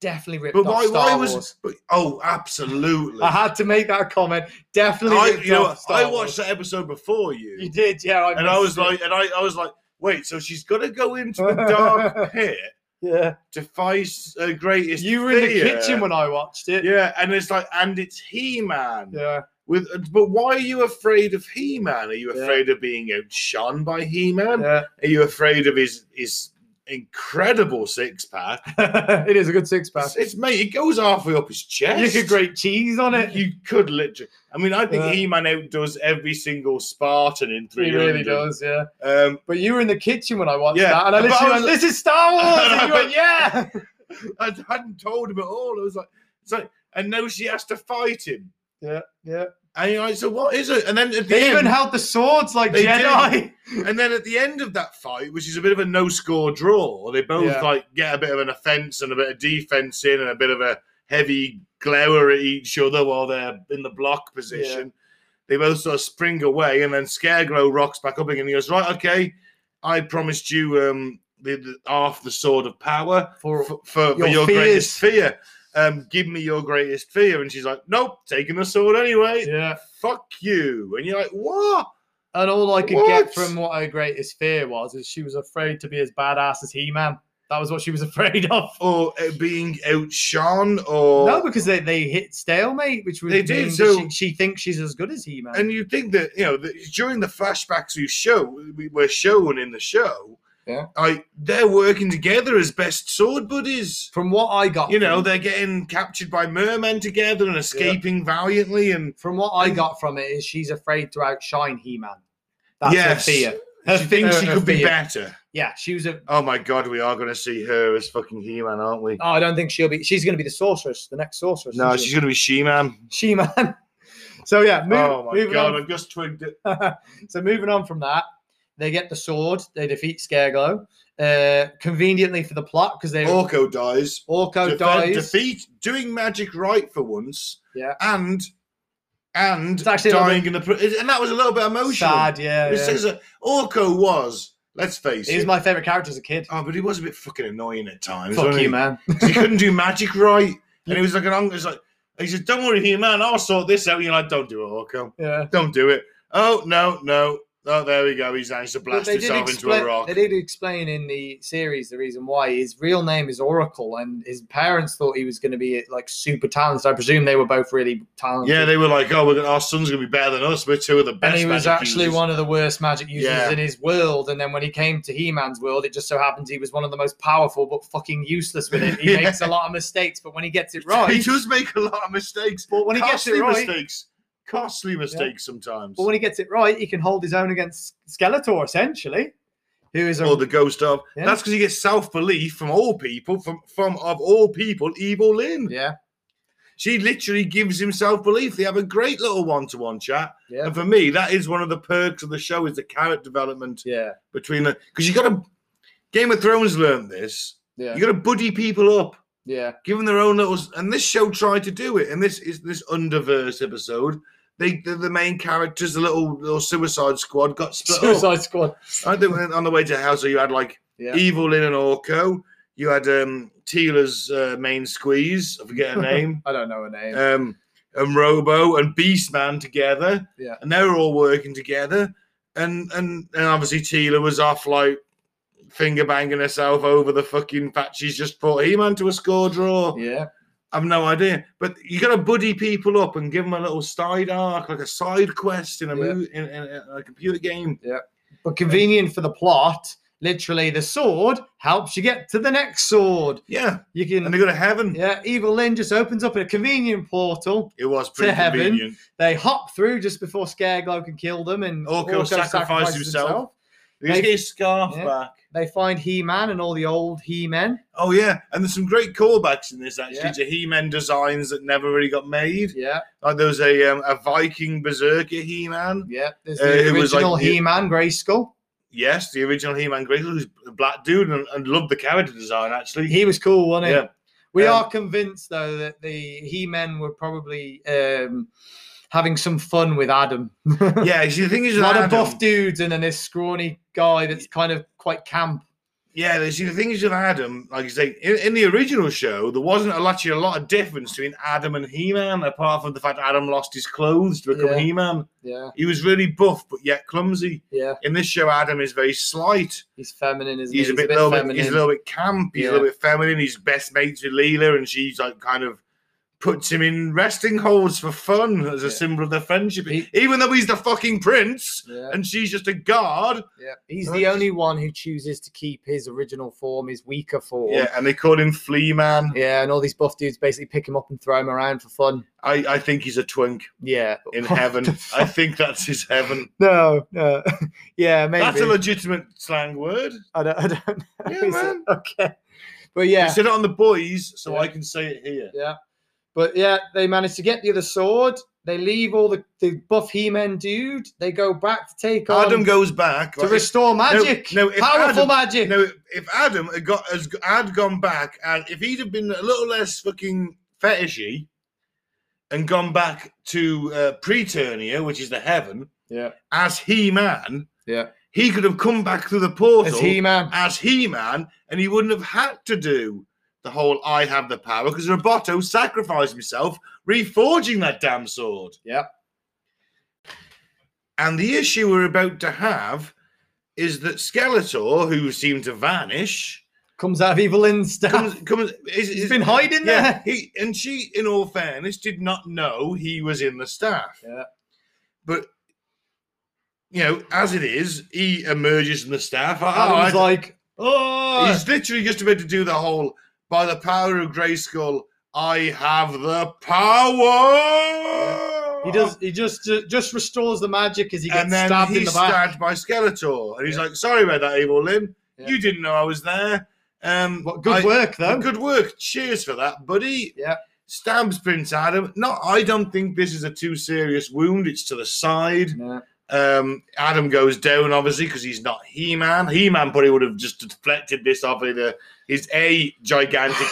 S2: definitely ripped
S1: But
S2: off
S1: why?
S2: Star
S1: Why was?
S2: Wars.
S1: But, oh, absolutely.
S2: I had to make that comment. Definitely
S1: I,
S2: ripped
S1: you know,
S2: off
S1: what?
S2: Star
S1: I
S2: Wars.
S1: watched that episode before you.
S2: You did, yeah. I
S1: and I was
S2: missed it.
S1: like, and I, I was like, wait, so she's gonna go into the dark pit
S2: yeah.
S1: to fight her greatest.
S2: You were in the
S1: fear.
S2: kitchen when I watched it.
S1: yeah, and it's like, and it's He Man.
S2: Yeah.
S1: With, but why are you afraid of He Man? Are you
S2: Yeah.
S1: afraid of being outshone by He Man?
S2: yeah.
S1: Are you afraid of his his incredible six pack?
S2: it is a good six pack.
S1: It's, it's- mate, it goes halfway up his chest.
S2: You could grate cheese on it.
S1: You could literally. I mean, I think
S2: Yeah.
S1: He Man outdoes every single Spartan in
S2: He
S1: three.
S2: really does, yeah.
S1: Um,
S2: But you were in the kitchen when I watched
S1: Yeah,
S2: that, and I
S1: but I
S2: literally
S1: was-
S2: went, "This is Star Wars," and you went, "Yeah."
S1: I hadn't told him at all. I was like, it's like, and now she has to fight him.
S2: Yeah, yeah.
S1: And you're like, so what is it? And then at the
S2: They even
S1: end,
S2: held the swords like
S1: They
S2: Jedi.
S1: and then at the end of that fight, which is a bit of a no-score draw, they both
S2: Yeah.
S1: like get a bit of an offense and a bit of defense in and a bit of a heavy glower at each other while they're in the block position. They both sort of spring away, and then Scareglow rocks back up again. He goes, right, okay, I promised you um, the, the half the sword of power
S2: For,
S1: for, for, for your,
S2: Your
S1: greatest fear. Um, give me your greatest fear. And she's like, nope, taking the sword anyway.
S2: yeah.
S1: Fuck you. And you're like, what?
S2: And all I could
S1: What?
S2: get from what her greatest fear was is she was afraid to be as badass as He Man. That was what she was afraid of.
S1: Or uh, being outshone or.
S2: No, because they, they hit stalemate, which was
S1: They did, so-
S2: she, she thinks she's as good as He Man.
S1: and you think that you know that during the flashbacks we show we were shown in the show
S2: Yeah.
S1: like they're working together as best sword buddies
S2: From what I got,
S1: you know
S2: from-
S1: they're getting captured by mermen together and escaping valiantly and
S2: from what I
S1: and-
S2: got from it is she's afraid to outshine He Man. That's
S1: Yes.
S2: her fear. Her
S1: she thinks
S2: fear-
S1: she
S2: her
S1: could be
S2: fear.
S1: better
S2: Yeah, she was a.
S1: oh my god we are going to see her as fucking he-man aren't we
S2: Oh, I don't think she'll be. She's going to be the sorceress, the next sorceress.
S1: no
S2: isn't
S1: she's
S2: she?
S1: going to be she-man
S2: She Man. So yeah, move,
S1: oh my
S2: moving
S1: god
S2: on.
S1: i've just twigged it
S2: so moving on from that, they get the sword. They defeat Scareglow. Uh, conveniently for the plot, because they
S1: orko dies
S2: Orko
S1: Defe-
S2: Oh, dies.
S1: Oh, defeat doing magic right for once
S2: Yeah.
S1: and and
S2: It's actually a little
S1: dying in the pr- and that was a little bit emotional
S2: Sad, yeah.
S1: This
S2: yeah.
S1: is a, Orko was, let's face
S2: He
S1: it.
S2: was my favorite character as a kid.
S1: oh, but he was a bit fucking annoying at times.
S2: Fuck
S1: wasn't
S2: you,
S1: he?
S2: man.
S1: 'Cause He couldn't do magic right. And he was like an uncle. He's like, he says, Don't worry here, man, I'll sort this out. You're like, Don't do it, Orko.
S2: Yeah.
S1: Don't do it. Oh no, no. Oh, there we go. He's managed to
S2: But
S1: blast
S2: they did,
S1: himself into a
S2: explain,
S1: rock.
S2: they did explain in the series the reason why his real name is Oracle, and his parents thought he was going to be like super talented. I presume they were both really talented.
S1: Yeah, they were like, Oh, we're gonna, our son's gonna be better than us. We're two of the best.
S2: and he was
S1: magic
S2: actually
S1: users."
S2: one of the worst magic users
S1: Yeah.
S2: in his world. And then when he came to He Man's world, it just so happens he was one of the most powerful but fucking useless with it. He
S1: Yeah.
S2: makes a lot of mistakes, but when he gets it
S1: He
S2: right,
S1: does make a lot of mistakes.
S2: but when he gets
S1: Costly
S2: it right,
S1: mistakes. Costly mistakes sometimes.
S2: but when he gets it right, he can hold his own against Skeletor essentially, who is a
S1: or the ghost of.
S2: Yeah.
S1: That's because he gets self belief from all people, from from of all people, evil Lynn.
S2: yeah
S1: She literally gives him self belief. They have a great little one to one chat,
S2: yeah
S1: and for me, that is one of the perks of the show is the character development
S2: yeah
S1: between the because you got to Game of Thrones learned this.
S2: yeah
S1: You got to buddy people up.
S2: yeah.
S1: Give them their own little, s- and this show tried to do it. And this is this underverse episode. They, the, the main characters, the little little Suicide Squad, got split up.
S2: Suicide Squad.
S1: I think when- on the way to the house, so you had like
S2: Yeah.
S1: Evil in an Orco. You had um Teela's uh, main squeeze. I forget her name.
S2: I don't know her name.
S1: um, and Robo and Beastman together.
S2: Yeah.
S1: and they were all working together. And and and obviously Teela was off like finger banging herself over the fucking fact she's just put He Man to a score draw.
S2: yeah,
S1: I've no idea. But you got to buddy people up and give them a little side arc, like a side quest in a
S2: Yeah.
S1: mo- in, in, in a computer game.
S2: but convenient for the plot. Literally, the sword helps you get to the next sword.
S1: Yeah,
S2: You can.
S1: and they go to heaven.
S2: Yeah, Evil Lynn just opens up in a convenient portal.
S1: It was pretty
S2: heaven.
S1: convenient.
S2: They hop through just before Scareglow can kill them, and
S1: Orko
S2: Orko
S1: sacrificed
S2: sacrifices
S1: himself. He's
S2: They-
S1: got his scarf
S2: Yeah.
S1: back.
S2: They find He Man and all the old He Men.
S1: Oh yeah, and there's some great callbacks in this actually
S2: Yeah.
S1: to He-Man designs that never really got made.
S2: Yeah,
S1: Like there was a um, a Viking berserker He-Man.
S2: yeah. There's
S1: Uh,
S2: the
S1: it was like
S2: original
S1: the-
S2: He Man, Grayskull.
S1: Yes, the original He-Man Grayskull, who's a black dude and, and loved the character design actually.
S2: He was cool, wasn't he?
S1: Yeah.
S2: We
S1: Um,
S2: are convinced though that the He Men were probably um, having some fun with Adam.
S1: yeah, see, the thing is,
S2: a
S1: with
S2: lot of
S1: Adam-
S2: buff dudes and then this scrawny guy that's kind of quite camp.
S1: Yeah, they see the thing is with Adam, like you say, in, in the original show, there wasn't a, actually a lot of difference between Adam and He-Man, apart from the fact Adam lost his clothes to become
S2: Yeah.
S1: He-Man.
S2: Yeah,
S1: He was really buff, but yet clumsy.
S2: yeah.
S1: In this show, Adam is very slight.
S2: He's feminine, isn't he?
S1: he's a bit, little bit,
S2: feminine.
S1: he's a little bit camp. He's a little bit feminine. He's best mates with Leela, and she's like kind of puts him in resting holds for fun as a
S2: Yeah.
S1: symbol of their friendship.
S2: He-
S1: Even though he's the fucking prince,
S2: yeah,
S1: and she's just a guard.
S2: yeah. He's the only one who chooses to keep his original form, his weaker form.
S1: Yeah, and they call him Flea Man.
S2: Yeah, and all these buff dudes basically pick him up and throw him around for fun.
S1: I, I think he's a twink
S2: Yeah.
S1: in
S2: What
S1: heaven.
S2: the fuck?
S1: I think that's his heaven.
S2: No, no. yeah, maybe.
S1: That's a legitimate slang word.
S2: I don't, I don't know.
S1: Yeah,
S2: Is it?
S1: man.
S2: Okay. But
S1: I
S2: yeah.
S1: said it on the boys, so
S2: Yeah.
S1: I can say it here.
S2: Yeah. But yeah, they manage to get the other sword. They leave all the, the buff He Men dude. They go back to take on
S1: Adam goes back.
S2: to
S1: right?
S2: restore magic.
S1: no, if
S2: Powerful
S1: Adam-
S2: magic.
S1: Now, if Adam had got has had gone back, and if he'd have been a little less fucking fetishy, and gone back to uh, Preternia, which is the heaven,
S2: yeah.
S1: as He Man,
S2: Yeah.
S1: He could have come back through the portal
S2: As He Man.
S1: as He-Man, and he wouldn't have had to do the whole "I have the power" because Roboto sacrificed himself, reforging that damn sword.
S2: Yep.
S1: And the issue we're about to have is that Skeletor, who seemed to vanish,
S2: Comes out of Evelyn's stuff.
S1: comes. comes is,
S2: He's
S1: is-
S2: been hiding
S1: yeah,
S2: there.
S1: he and she, in all fairness, did not know he was in the staff.
S2: Yeah.
S1: But you know, as it is, he emerges from the staff. Oh, I-
S2: Adam's like, oh,
S1: He's literally just about to do the whole by the power of Grayskull, I have the power.
S2: He does. He just ju- just restores the magic as he gets
S1: and then
S2: stabbed in
S1: he's
S2: the back.
S1: stabbed by Skeletor, and he's
S2: Yeah.
S1: like, "Sorry about that, Evil Lim.
S2: Yeah.
S1: You didn't know I was there." Um,
S2: What good
S1: I-
S2: work though.
S1: Good work. Cheers for that, buddy.
S2: Yeah.
S1: Stabs Prince Adam. No, I don't think this is a too serious wound. It's to the side.
S2: Yeah.
S1: Um, Adam goes down, obviously, because he's not He Man. He Man probably would have just deflected this off with a, his A gigantic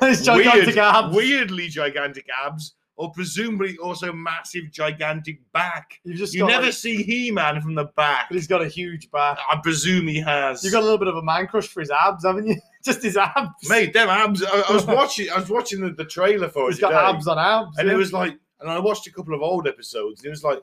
S2: His gigantic
S1: Weird-
S2: abs.
S1: weirdly gigantic abs, or presumably also massive gigantic back.
S2: You've just
S1: you
S2: got
S1: never
S2: like-
S1: see He-Man from the back.
S2: but he's got a huge back.
S1: I presume he has.
S2: You've got a little bit of a man crush for his abs, haven't you? just his abs.
S1: Mate, them abs. I, I was watching. I was watching the, the trailer for it
S2: he's got
S1: today,
S2: abs on abs.
S1: and it
S2: yeah.
S1: was like, and I watched a couple of old episodes, and it was like,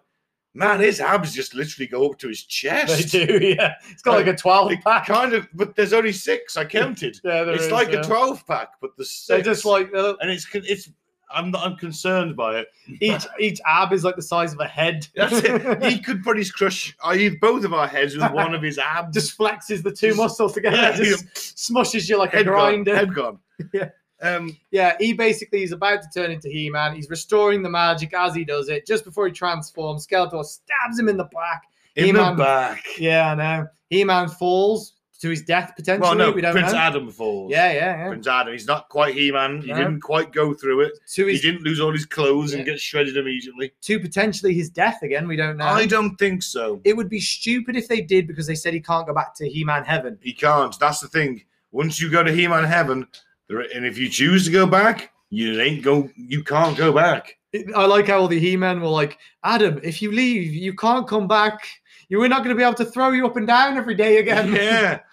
S1: man, his abs just literally go up to his
S2: They
S1: chest.
S2: do, yeah. It's got like a twelve
S1: It
S2: pack.
S1: kind of, but there's only six. I counted.
S2: Yeah, there
S1: it's
S2: is,
S1: like
S2: yeah.
S1: a twelve pack, but the
S2: They're
S1: six.
S2: just like uh, they're-
S1: and it's it's. I'm not. I'm concerned by it.
S2: each each ab is like the size of a head.
S1: That's it. He could probably crush I, both of our heads with one of his abs.
S2: just flexes the two
S1: Just-
S2: muscles together.
S1: Yeah,
S2: just smushes you like a
S1: head
S2: grinder.
S1: gone. Head gone.
S2: Yeah.
S1: Um,
S2: Yeah, he basically is about to turn into He-Man. He's restoring the magic as he does it. Just before he transforms, Skeletor stabs him in the back.
S1: in
S2: He-Man.
S1: the back.
S2: Yeah, I know. He-Man falls to his death potentially.
S1: Well, no,
S2: we don't
S1: Prince
S2: know.
S1: Adam falls.
S2: Yeah, yeah, yeah.
S1: Prince Adam. He's not quite He-Man. He
S2: No.
S1: didn't quite go through it.
S2: To
S1: He
S2: his
S1: didn't lose all his clothes and
S2: Yeah.
S1: get shredded immediately.
S2: to potentially his death again. We don't know.
S1: I don't think so.
S2: it would be stupid if they did because they said he can't go back to He-Man heaven.
S1: He can't. That's the thing. Once you go to He-Man Heaven, there, and if you choose to go back, you ain't go. You can't go back.
S2: It- I like how all the He-Men were like, Adam, if you leave, you can't come back. You are not going to be able to throw you up and down every day again.
S1: yeah.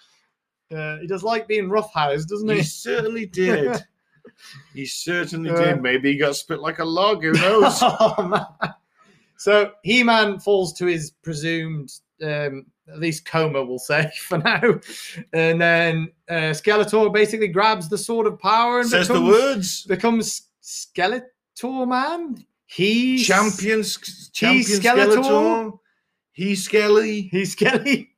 S2: Uh, he does like being roughhoused, doesn't
S1: He
S2: he?
S1: certainly did. he certainly
S2: Yeah.
S1: did. Maybe he got spit like a log. Who knows?
S2: Oh, man. So He Man falls to his presumed, um, at least coma, we'll say for now. And then uh, Skeletor basically grabs the Sword of Power and
S1: Says the
S2: becomes,
S1: words.
S2: becomes Skeletor Man. He's
S1: Champion, s- champion
S2: Skeletor.
S1: Skeletor. He Skelly.
S2: He's Skelly.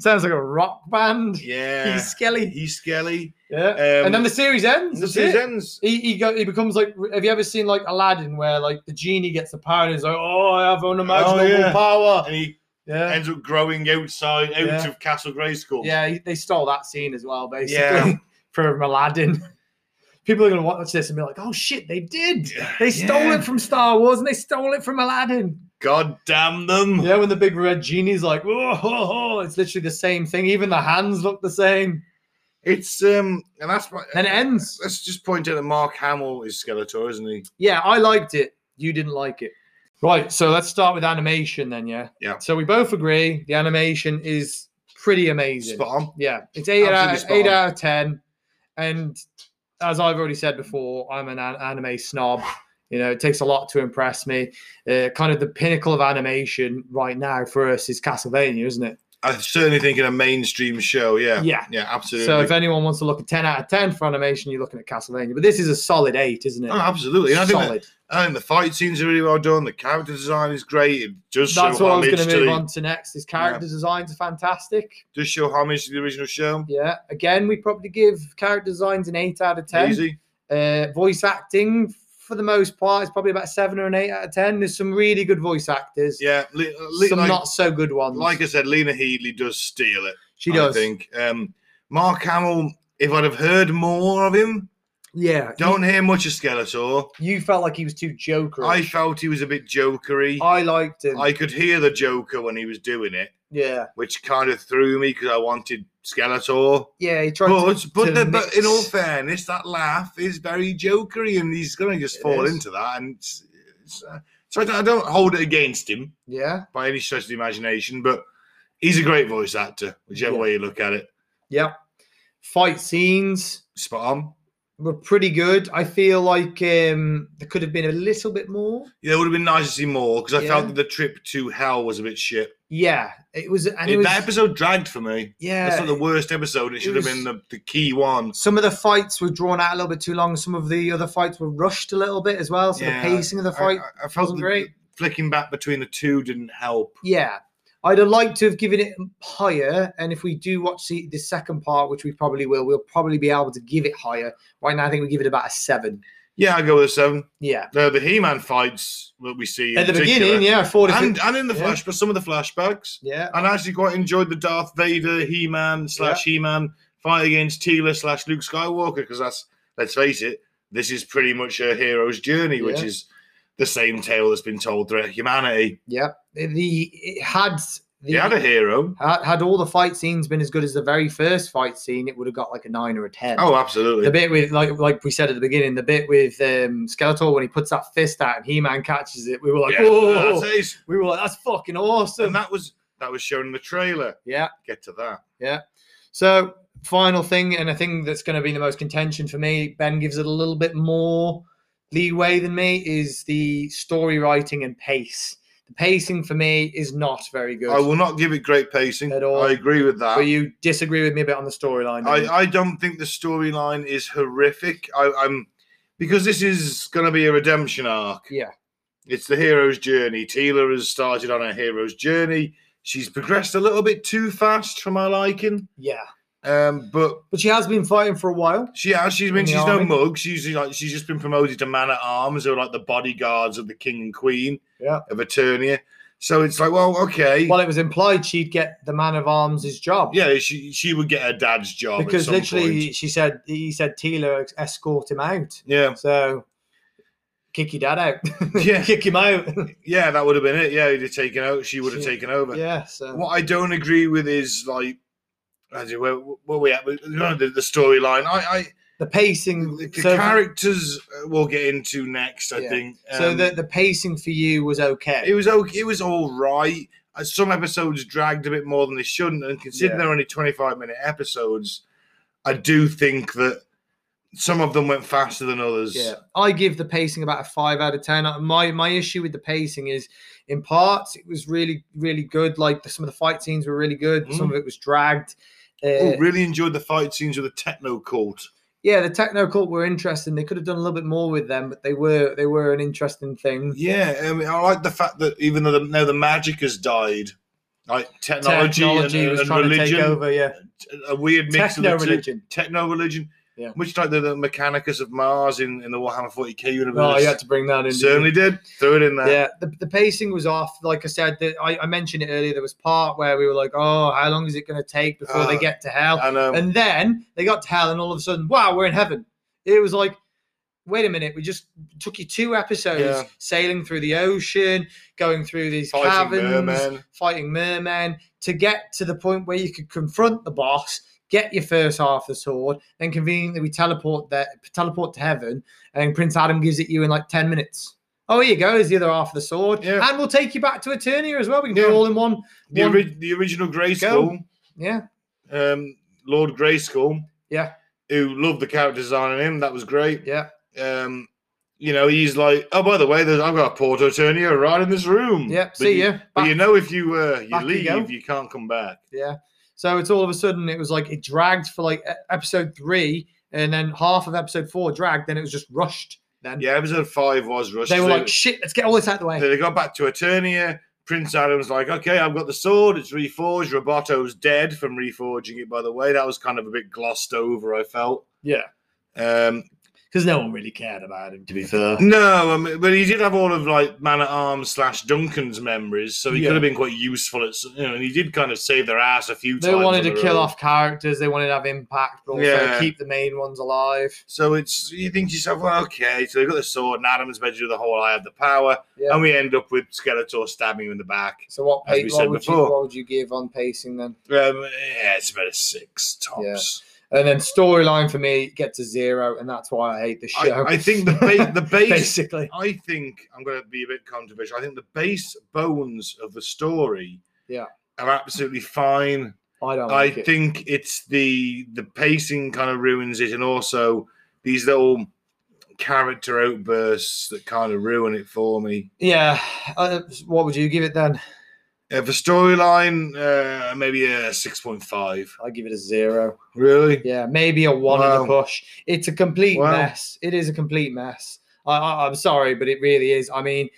S2: Sounds like a rock band.
S1: Yeah.
S2: He's Skelly.
S1: He Skelly.
S2: Yeah.
S1: Um,
S2: and then the series ends.
S1: the
S2: that's
S1: series
S2: it.
S1: ends.
S2: He he, go, he becomes like. Have you ever seen like Aladdin, where like the genie gets the power and he's like, "Oh, I have unimaginable
S1: yeah.
S2: power."
S1: And he
S2: Yeah,
S1: ends up growing outside, out
S2: Yeah.
S1: of Castle Grayskull.
S2: yeah. he- They stole that scene as well, basically,
S1: Yeah.
S2: from Aladdin. People are gonna watch this and be like, "Oh shit, they did! They stole
S1: Yeah.
S2: it from Star Wars and they stole it from Aladdin."
S1: God damn them.
S2: Yeah, when the big red genie's like, "Whoa, ho, ho," it's literally the same thing. Even the hands look the same.
S1: It's um, and that's why.
S2: Then it ends.
S1: Let's just point out that Mark Hamill is Skeletor, isn't he?
S2: Yeah, I liked it. You didn't like it. Right, so let's start with animation then, yeah?
S1: Yeah.
S2: So we both agree the animation is pretty amazing.
S1: Spot on.
S2: Yeah, it's eight
S1: Absolutely
S2: out,
S1: spot
S2: eight
S1: on.
S2: out of 10. And as I've already said before, I'm an an- anime snob. You know, it takes a lot to impress me. Uh, kind of the pinnacle of animation right now for us is Castlevania, isn't it?
S1: I certainly think in a mainstream show. Yeah.
S2: Yeah.
S1: Yeah. Absolutely.
S2: So if anyone wants to look at 10 out of 10 for animation, you're looking at Castlevania. But this is a solid eight, isn't it?
S1: Oh, absolutely. And I think that-
S2: solid.
S1: I think the fight scenes are really well done. The character design is great. It does
S2: That's
S1: show
S2: what I was
S1: homage
S2: going
S1: to
S2: to move
S1: the,
S2: on to next. His character designs are fantastic.
S1: does show homage to the original show.
S2: Yeah. Again, we probably give character designs an eight out of ten.
S1: Easy.
S2: Uh, voice acting, for the most part, is probably about seven or an eight out of ten. There's some really good voice actors.
S1: Yeah. Le- le-
S2: some
S1: like,
S2: not so good ones.
S1: like I said, Lena Headley does steal it.
S2: she
S1: I
S2: does.
S1: think. Um, Mark Hamill, if I'd have heard more of him,
S2: Yeah.
S1: don't hear much of Skeletor.
S2: You, you felt like he was too joker.
S1: I
S2: I,
S1: felt he was a bit jokery. I,
S2: liked him.
S1: could hear the Joker when he was doing it,
S2: yeah.
S1: which kind of threw me because I wanted Skeletor.
S2: Yeah. He tried. to,
S1: But but, the, but in all
S2: mix.
S1: fairness, that laugh is very jokery, and he's going to just
S2: It
S1: fall
S2: is.
S1: into that. And it's, it's, uh, so I don't, I don't hold it against him
S2: yeah.
S1: by any stretch of the imagination, but He's a great voice actor, whichever
S2: Yeah.
S1: way you look at it.
S2: Yep. Fight scenes
S1: Spot on.
S2: were pretty good. I feel like um, there could have been a little bit more.
S1: Yeah, it would have been nice to see more because I felt
S2: Yeah.
S1: that the trip to hell was a bit shit.
S2: Yeah, it was. And
S1: It-
S2: it was
S1: that episode dragged for me.
S2: yeah,
S1: That's not the worst episode. It
S2: it
S1: should have been
S2: was-
S1: the, the key one.
S2: some of the fights were drawn out a little bit too long. Some of the other fights were rushed a little bit as well. So
S1: Yeah,
S2: the pacing of the fight
S1: I, I- I felt
S2: wasn't
S1: the,
S2: great.
S1: flicking back between the two didn't help.
S2: Yeah. I'd have liked to have given it higher, and if we do watch the, the second part, which we probably will, we'll probably be able to give it higher. Right now, I think we give it about a seven.
S1: Yeah, I go with a seven.
S2: Yeah,
S1: The, the He-Man fights that we see in
S2: at the
S1: particular,
S2: beginning, yeah, I thought if
S1: and
S2: it,
S1: and in the
S2: yeah.
S1: flash, but some of the flashbacks.
S2: yeah,
S1: And I actually quite enjoyed the Darth Vader He-Man slash He-Man fight against Tila slash Luke Skywalker because that's let's face it, this is pretty much her hero's journey, which
S2: Yeah.
S1: is the same tale that's been told throughout humanity.
S2: yeah. The it had the
S1: He had a hero.
S2: had, had all the fight scenes been as good as the very first fight scene, it would have got like a nine or a ten.
S1: Oh, absolutely.
S2: The bit with like like we said at the beginning, the bit with um, Skeletor when he puts that fist out and He Man catches it, we were like,
S1: Yeah,
S2: "Whoa!"
S1: that's it.
S2: We were like, "That's fucking awesome!"
S1: and that was that was shown in the trailer.
S2: yeah.
S1: Get to that.
S2: So final thing, and I think that's going to be the most contention for me. Ben gives it a little bit more leeway than me. Is the story writing and pace. The pacing for me is not very good.
S1: I will not give it great pacing.
S2: At all.
S1: I agree with that.
S2: but you disagree with me a bit on the storyline. don't
S1: I,
S2: you?
S1: I don't think the storyline is horrific. I, I'm because this is going to be a redemption arc.
S2: Yeah.
S1: it's the hero's journey. Teela has started on her hero's journey. She's progressed a little bit too fast for my liking.
S2: yeah,
S1: Um, but
S2: but she has been fighting for a while.
S1: she has. She's been.
S2: In the
S1: She's
S2: army?
S1: no mug. She's like. She's just been promoted to man at arms, or like the bodyguards of the king and queen.
S2: Yeah.
S1: Of Eternia. So it's like, well, okay.
S2: Well, it was implied she'd get the man of arms his job.
S1: yeah, she she would get her dad's job at
S2: because
S1: some
S2: literally
S1: point.
S2: she said he said Taylor ex- escort him out.
S1: Yeah,
S2: So kick your dad out.
S1: Yeah.
S2: kick him out.
S1: yeah, that would have been it. Yeah, he'd have taken over. She would have
S2: She-
S1: taken over.
S2: yeah. So
S1: What I don't agree with is like, I do, where, where we at? with- you know, The, the storyline. I, I
S2: the pacing.
S1: the
S2: so
S1: characters uh, we'll get into next. I
S2: Yeah.
S1: think.
S2: so
S1: Um,
S2: the, the pacing for you was okay.
S1: it was okay. It was all right. Uh, Some episodes dragged a bit more than they shouldn't, and considering
S2: Yeah.
S1: they're only twenty-five minute episodes, I do think that some of them went faster than others.
S2: yeah, I give the pacing about a five out of ten. Uh, My my issue with the pacing is, in parts, it was really really good. Like the, some of the fight scenes were really good. Some of it was dragged. Uh,
S1: Mm. Oh, really enjoyed the fight scenes with the techno cult.
S2: Yeah, the techno cult were interesting. They could have done a little bit more with them, but they were they were an interesting thing.
S1: Yeah, I mean, I like the fact that even though the, now the magic has died, like technology, and, and religion,
S2: Yeah,
S1: a weird mix
S2: techno
S1: of the
S2: religion.
S1: two. Techno religion,
S2: Yeah.
S1: much like the, the Mechanicus of Mars in, in the Warhammer 40k universe.
S2: Oh, you had to bring that in. didn't
S1: Certainly
S2: you?
S1: did. Threw it in there.
S2: Yeah, the, the pacing was off. Like I said, the, I, I mentioned it earlier. There was part where we were like, "Oh, how long is it going to take before
S1: Ah,
S2: they get to hell?"
S1: And um,
S2: and then they got to hell, and all of a sudden, wow, we're in heaven. It was like, wait a minute, we just took you two episodes
S1: Yeah.
S2: sailing through the ocean, going through these
S1: fighting
S2: caverns,
S1: merman.
S2: fighting mermen to get to the point where you could confront the boss, get your first half of the sword, then conveniently we teleport there, teleport to heaven, and Prince Adam gives it you in like ten minutes. Oh, here you go. Here's the other half of the sword,
S1: Yeah.
S2: and we'll take you back to Eternia as well. We can do
S1: Yeah.
S2: it all in one.
S1: The,
S2: one-
S1: ori- the original Grey School,
S2: yeah,
S1: um, Lord Grey School.
S2: Yeah.
S1: Who loved the character design in him. That was great.
S2: yeah,
S1: Um, you know, he's like, oh, by the way, there's, I've got a Porto Eternia right in this room.
S2: yeah.
S1: Hmm. But
S2: See
S1: you.
S2: you.
S1: But
S2: Back-
S1: you know, if you uh, you
S2: back you
S1: leave,
S2: go.
S1: you can't come back.
S2: Yeah. So it's all of a sudden it was like it dragged for like e- episode three, and then half of episode four dragged. Then it was just rushed. Then
S1: Yeah, episode five was rushed.
S2: they were
S1: So-
S2: like, "Shit, let's get all this out of the way."
S1: so they got back to Eternia. Prince Adam's like, okay, I've got the sword. It's reforged. Roboto's dead from reforging it. By the way, that was kind of a bit glossed over. I felt.
S2: yeah,
S1: Um,
S2: because no one really cared about him. To be fair,
S1: no, I mean, but he did have all of like man at arms slash Duncan's memories, so he
S2: Yeah.
S1: could have been quite useful. At s- you know, and he did kind of save their ass a few
S2: they
S1: times. on
S2: wanted to
S1: the
S2: kill
S1: road.
S2: off characters. They wanted to have impact, but also
S1: Yeah.
S2: keep the main ones alive.
S1: So it's you think to yourself, well, okay, so they got the sword, and Adam's meant to do the whole I have the power,
S2: Yeah.
S1: and we end up with Skeletor stabbing him in the back.
S2: So what?
S1: As
S2: Pa-
S1: we said
S2: what, would you,
S1: before.
S2: what would you give on pacing then?
S1: Um, yeah, it's about a six tops.
S2: And then storyline for me gets to zero, and that's why I hate the
S1: I,
S2: show.
S1: I think the ba- the base.
S2: basically,
S1: I think I'm going to be a bit controversial. I think the base bones of the story,
S2: Yeah.
S1: are absolutely fine.
S2: I don't.
S1: I
S2: like it.
S1: think it's the the pacing kind of ruins it, and also these little character outbursts that kind of ruin it for me.
S2: Yeah. Uh, what would you give it then?
S1: Uh, for storyline, uh, maybe a six point five.
S2: I give it a zero.
S1: Really?
S2: Yeah, maybe a one on the
S1: Wow.
S2: push. It's a complete
S1: Wow.
S2: mess. It is a complete mess. I, I, I'm sorry, but it really is. I mean,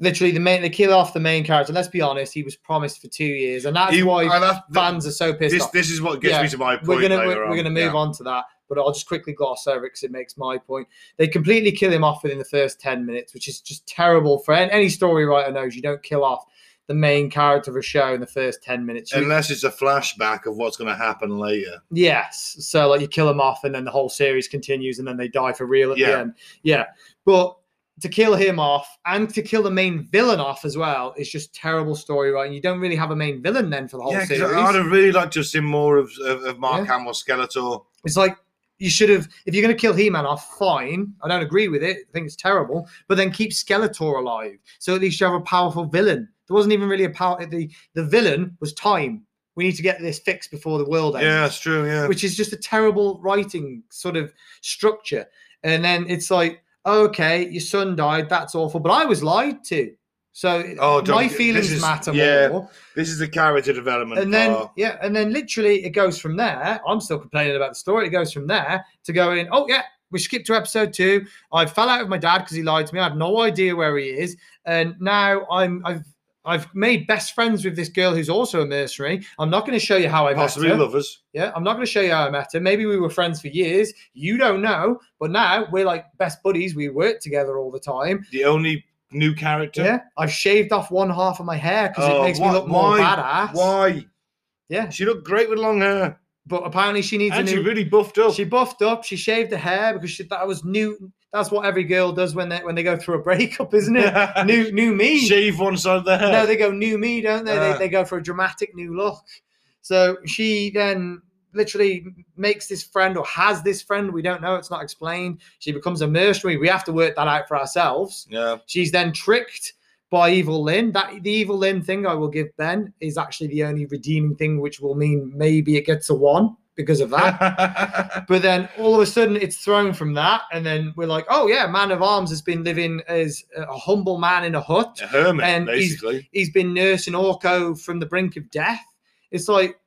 S2: literally, the main they kill off the main character. Let's be honest, he was promised for two years, and that's
S1: He-
S2: why
S1: and that's-
S2: fans are so pissed
S1: this
S2: off.
S1: this is what gets
S2: Yeah,
S1: me to my point.
S2: we're gonna
S1: later
S2: we're, we're
S1: on.
S2: gonna move
S1: Yeah.
S2: on to that, but I'll just quickly gloss over it because it makes my point. They completely kill him off within the first ten minutes, which is just terrible for an- any story writer knows. You don't kill off the main character of a show in the first ten minutes. You-
S1: Unless it's a flashback of what's going to happen later.
S2: Yes. So like you kill them off and then the whole series continues and then they die for real at the
S1: Yeah.
S2: end. Yeah. But to kill him off and to kill the main villain off as well is just terrible story writing. You don't really have a main villain then for the whole
S1: Yeah, 'cause
S2: series.
S1: I'd have really liked to have seen more of, of, of Mark Hamill Skeletor.
S2: It's like you should have if you're going to kill He-Man off, fine. I don't agree with it. I think it's terrible. But then keep Skeletor alive, so at least you have a powerful villain. There wasn't even really a power. The the villain was time. We need to get this fixed before the world ends
S1: Yeah, that's true. Yeah.
S2: which is just a terrible writing sort of structure. And then it's like, okay, your son died, that's awful, but I was lied to. So
S1: Oh, don't
S2: my
S1: get- this
S2: feelings
S1: is-
S2: matter
S1: yeah,
S2: more.
S1: This is the character development.
S2: And then
S1: part.
S2: yeah, and then literally it goes from there. I'm still complaining about the story. It goes from there to going, oh yeah, we skipped to episode two. I fell out with my dad because he lied to me. I have no idea where he is, and now I'm I've I've made best friends with this girl who's also a mercenary. I'm not going to show you how I met
S1: possibly
S2: her.
S1: lovers.
S2: Yeah, I'm not going to show you how I met her. Maybe we were friends for years. You don't know, but now we're like best buddies. We work together all the time.
S1: The only new character.
S2: Yeah, I've shaved off one half of my hair because it
S1: Oh,
S2: makes me
S1: why-
S2: look more
S1: why-
S2: badass.
S1: Why?
S2: Yeah,
S1: She looked great with long hair,
S2: but apparently she needs
S1: and
S2: a
S1: she
S2: new.
S1: really buffed up.
S2: she buffed up. She shaved her hair because she, that was new. That's what every girl does when they when they go through a breakup, isn't it? new new me.
S1: Shave one side of the hair.
S2: No, they go new me, don't they?
S1: Uh.
S2: they? They go for a dramatic new look. So she then literally makes this friend or has this friend. We don't know. It's not explained. She becomes a mercenary. We have to work that out for ourselves.
S1: yeah.
S2: She's then tricked by evil Lynn. That the evil Lynn thing I will give Ben is actually the only redeeming thing, which will mean maybe it gets a one because of that. But then all of a sudden it's thrown from that, and then we're like, oh yeah, man of arms has been living as a humble man in a hut
S1: a hermit,
S2: And he's-
S1: basically.
S2: he's been nursing Orko from the brink of death. It's like,